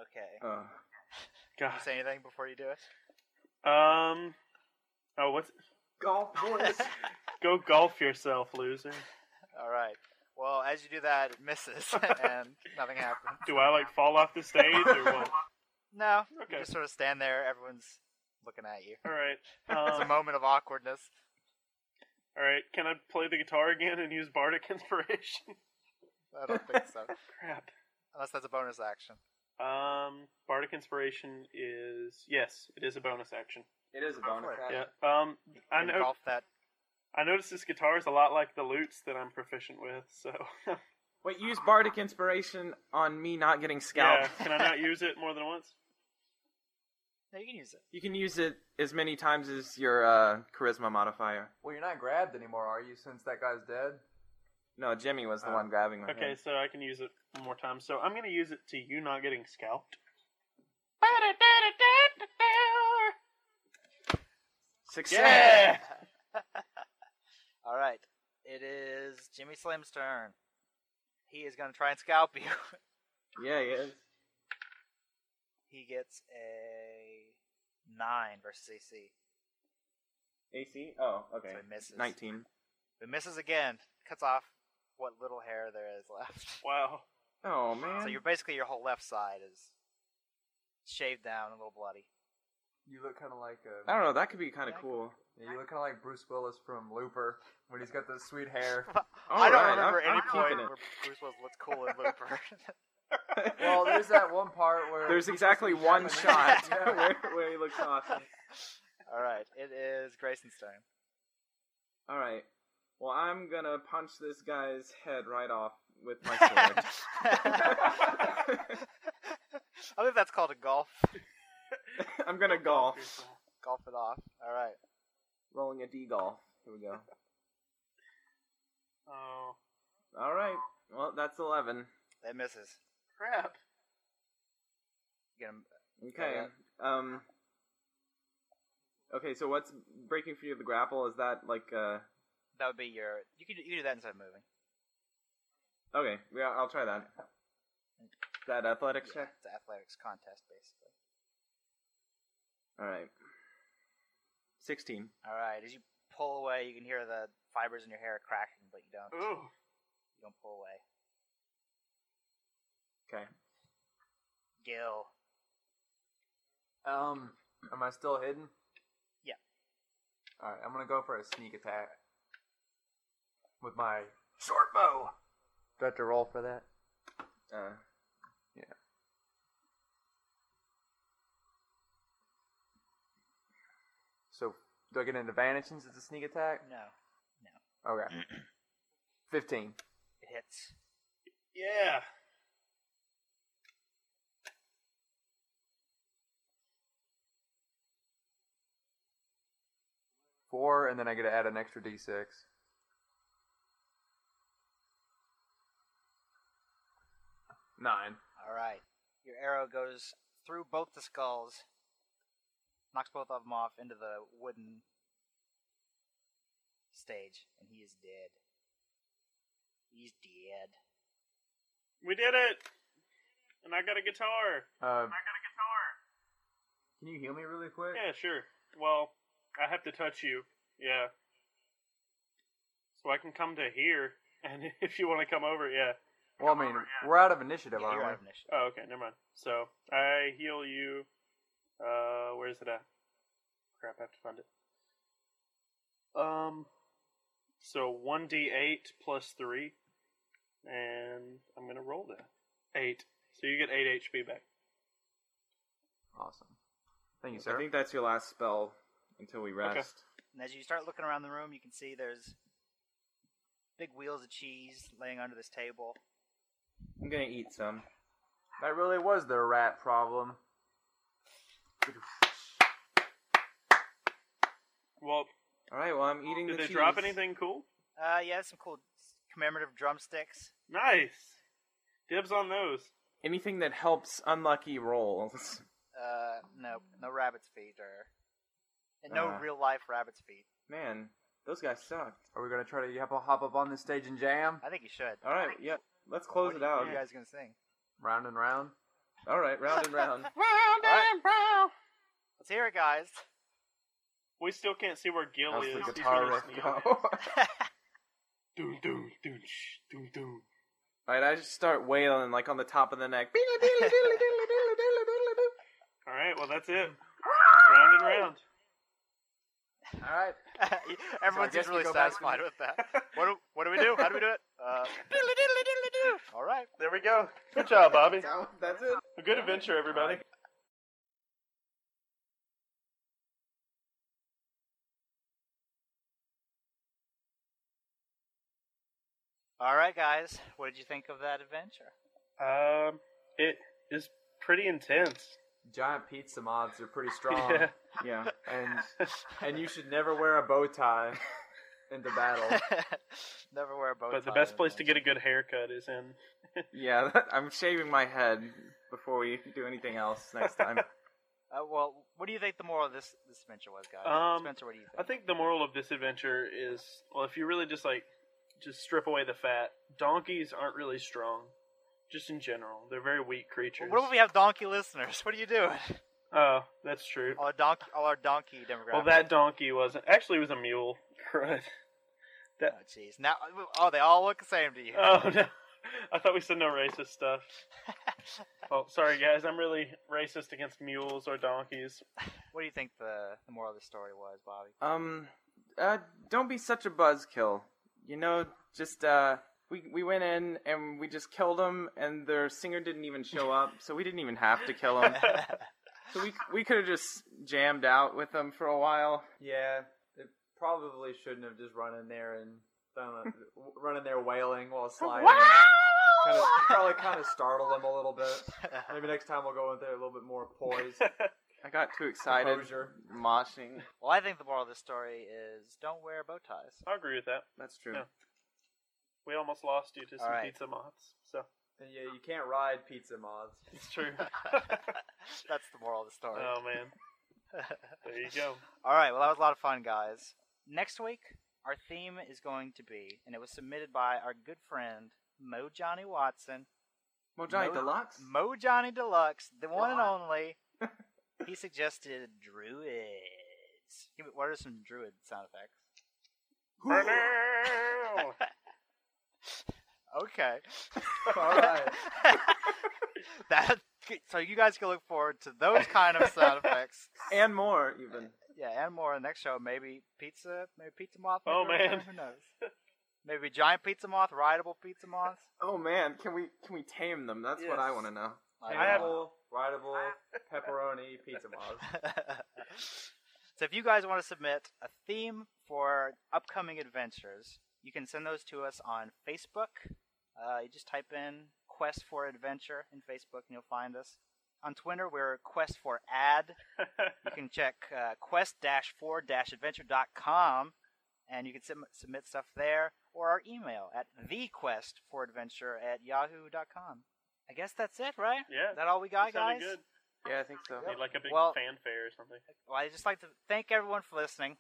Okay. Ugh. God. you say anything before you do it? Um. Oh, what's golf boys. go golf yourself, loser. All right. Well, as you do that, it misses, (laughs) and nothing happens. Do I like fall off the stage or what? No, Okay. you just sort of stand there. Everyone's looking at you. All right. It's a Um, moment of awkwardness. all right. Can I play the guitar again and use bardic (laughs) inspiration? I don't think so. Crap. Unless that's a bonus action. Um, bardic inspiration is yes, it is a bonus action. (laughs) it is a bonus. for it. action. Yeah. Um, I And know. golf that. I noticed this guitar is a lot like the lutes that I'm proficient with. So Wait, use bardic inspiration on me not getting yeah, scalped. can I not use it more than once? No, you can use it. You can use it as many times as your uh, charisma modifier. Well, you're not grabbed anymore, are you? Since that guy's dead. No, Jimmy was the Oh. one grabbing my Okay, hand. so I can use it one more time. So I'm gonna use it to you not getting scalped. Success. Yeah. (laughs) All right. It is Jimmy Slim's turn. He is going to try and scalp you. (laughs) Yeah, he is. he gets a nine versus AC. AC. Oh, okay. So he misses. Nineteen. But misses again. Cuts off what little hair there is left. Wow. Oh man. So you're basically your whole left side is shaved down, and a little bloody. You look kind of like a. I don't know. That could be kind of cool. Yeah, you look kind of like Bruce Willis from Looper when he's got the sweet (laughs) hair. I don't Alright, remember I'm- any I'm point keeping where it. Bruce Willis looks cool in Looper. (laughs) well, there's that one part where There's exactly one shot (laughs) Japanese. where, where he looks awesome. (laughs) All right. It is Grayson's turn. All right. Well, I'm gonna punch this guy's head right off with (laughs) my sword. (laughs) I believe that's called a golf. I'm gonna golf. Golf it off. All right. Rolling a D golf. Here we go. Oh All right. Well, that's eleven. That misses. crap. You gonna- Okay. Um. Okay. So what's breaking free of the grapple? Is that like uh? that would be your. You could you could do that instead of moving. Okay. Yeah, I'll try that. Is that athletics Yeah, check. it's an athletics contest basically. All right. Sixteen. All right. As you pull away, you can hear the fibers in your hair are cracking, but you don't. Ooh. You don't pull away. Okay. Gil. Um, am I still hidden? Yeah. All right, I'm gonna go for a sneak attack with my short bow. Do I have to roll for that? Uh, So do I get an advantage since it's a sneak attack? No, Okay. Fifteen. it hits. Yeah. Four, and then I get to add an extra d6. Nine. All right. Your arrow goes through both the skulls, knocks both of them off into the wooden stage, and he is dead. He's dead. We did it. And I got a guitar. got Uh, a guitar. can you heal me really quick? Yeah, sure. Well, I have to touch you. Yeah. So I can come to here, (laughs) and if you want to come over, yeah. Well, I mean, we're out of initiative, Yeah, aren't you're we? out of initiative. Oh, okay, never mind. So I heal you. Uh, where's it at? Crap, I have to find it. Um, so one d eight plus three, and I'm gonna roll that eight. So you get eight HP back. Awesome. Thank you, I sir. think that's your last spell until we rest. And as you start looking around the room, you can see there's big wheels of cheese laying under this table. I'm gonna eat some. that really was the rat problem. Well, All right. Well, I'm eating did the they cheese. drop anything cool? Uh, yeah, some cool commemorative drumsticks. Nice. Dibs on those. Anything that helps unlucky rolls. (laughs) Uh, no, no rabbit's feet or and no Uh. real life rabbit's feet. Man, those guys sucked. Are we gonna try to hop- hop up on this stage and jam? I think you should. All right. Yep. Let's What close are it you- out. What are you guys gonna sing? Round and round. All right. Round and (laughs) round. All right. Let's hear it, (laughs) guys. We still can't see where Gil How's is. the He's guitar really riff sneaking in. go? Doom, doom, doom, shh, doom, doom. All right. I just start wailing like on the top of the neck. Beedle, beedle, beedle, beedle, beedle, beedle, beedle, beedle. All right, well that's it. round and round. (laughs) All right. (laughs) Everyone guess seems we really go back to- satisfied with (laughs) that. What do, what do we do? How do we do it? Uh, all right. There we go. Good (laughs) job, Bobby. Now, That's it. A good adventure, everybody. All right, guys. What did you think of that adventure? Um, it is pretty intense. Giant pizza mods are pretty strong, Yeah. Yeah. and and you should never wear a bow tie into (laughs) battle. Never wear a bow But the tie best in place to adventure. get a good haircut is in. Yeah. That, I'm shaving my head before we do anything else next time. Uh, well, what do you think the moral of this this adventure was, guys? Um, Spencer, what do you I think? think the moral of this adventure is well, if you really just like just strip away the fat, donkeys aren't really strong. Just in general, they're very weak creatures. What if we have donkey listeners? (laughs) What are you doing? Oh, that's true. All our donkey, all our donkey demographic. Well, that donkey wasn't actually it was a mule. (laughs) Crud. Oh, jeez. Now, oh, they all look the same to you. Oh no. I thought we said no (laughs) racist stuff. Well, sorry guys, I'm really racist against mules or donkeys. (laughs) what do you think the, the moral of the story was, Bobby? (laughs) Um, uh, don't be such a buzzkill. You know, just uh, we we went in and we just killed them, and their singer didn't even show up, so we didn't even have to kill him. so we we could have just jammed out with them for a while. (laughs) Yeah, they probably shouldn't have just run in there and done a, run in there wailing while sliding. Kind of, probably kind of startled them a little bit. Maybe next time we'll go in there a little bit more poised. I got too excited, Composure. moshing. well, I think the moral of the story is don't wear bow ties. (laughs) I agree with that. That's true. Yeah. We almost lost you to some Alright. pizza moths. So And yeah, you can't ride pizza mods. it's (laughs) true. That's the moral of the story. oh man. There you (laughs) go. All right. Well, that was a lot of fun, guys. Next week, our theme is going to be, and it was submitted by our good friend Mo Johnny Watson, Mojai No. Deluxe. Mo Johnny Deluxe, the one and God. only. he suggested druids. Give me- What are some druid sound effects? (laughs) Burner! Okay. All right. (laughs) that so you guys can look forward to those kind of sound effects. and more even. Yeah, and more. in The next show, maybe pizza, maybe pizza moth. may Oh, return, man. who knows? Maybe giant pizza moth, rideable pizza moth. Oh man, can we can we tame them? That's what I Yes. want to know. (laughs) I have- Rideable, (laughs) rideable, pepperoni, pizza balls. (laughs) so if you guys want to submit a theme for upcoming adventures, you can send those to us on Facebook. Uh, you just type in Quest for Adventure in Facebook and you'll find us. On Twitter, we're Quest for Ad. You can check uh, quest-for-adventure.com and you can sub- submit stuff there or our email at thequestforadventure at yahoo.com. I guess that's it, right? Yeah, Is that all we got, that sounded guys? good. Yeah, I think so. Need like a big Well- fanfare or something. Well, I just like to thank everyone for listening.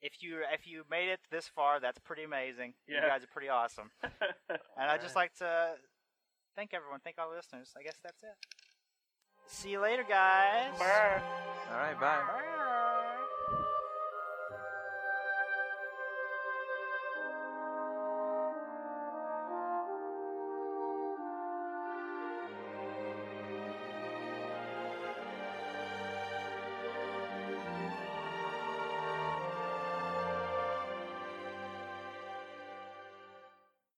If you if you made it this far, that's pretty amazing. You Yeah. guys are pretty awesome. And I just like to thank everyone, thank our listeners. I guess that's it. See you later, guys. (laughs) (laughs) Brr. All right, bye. Bye.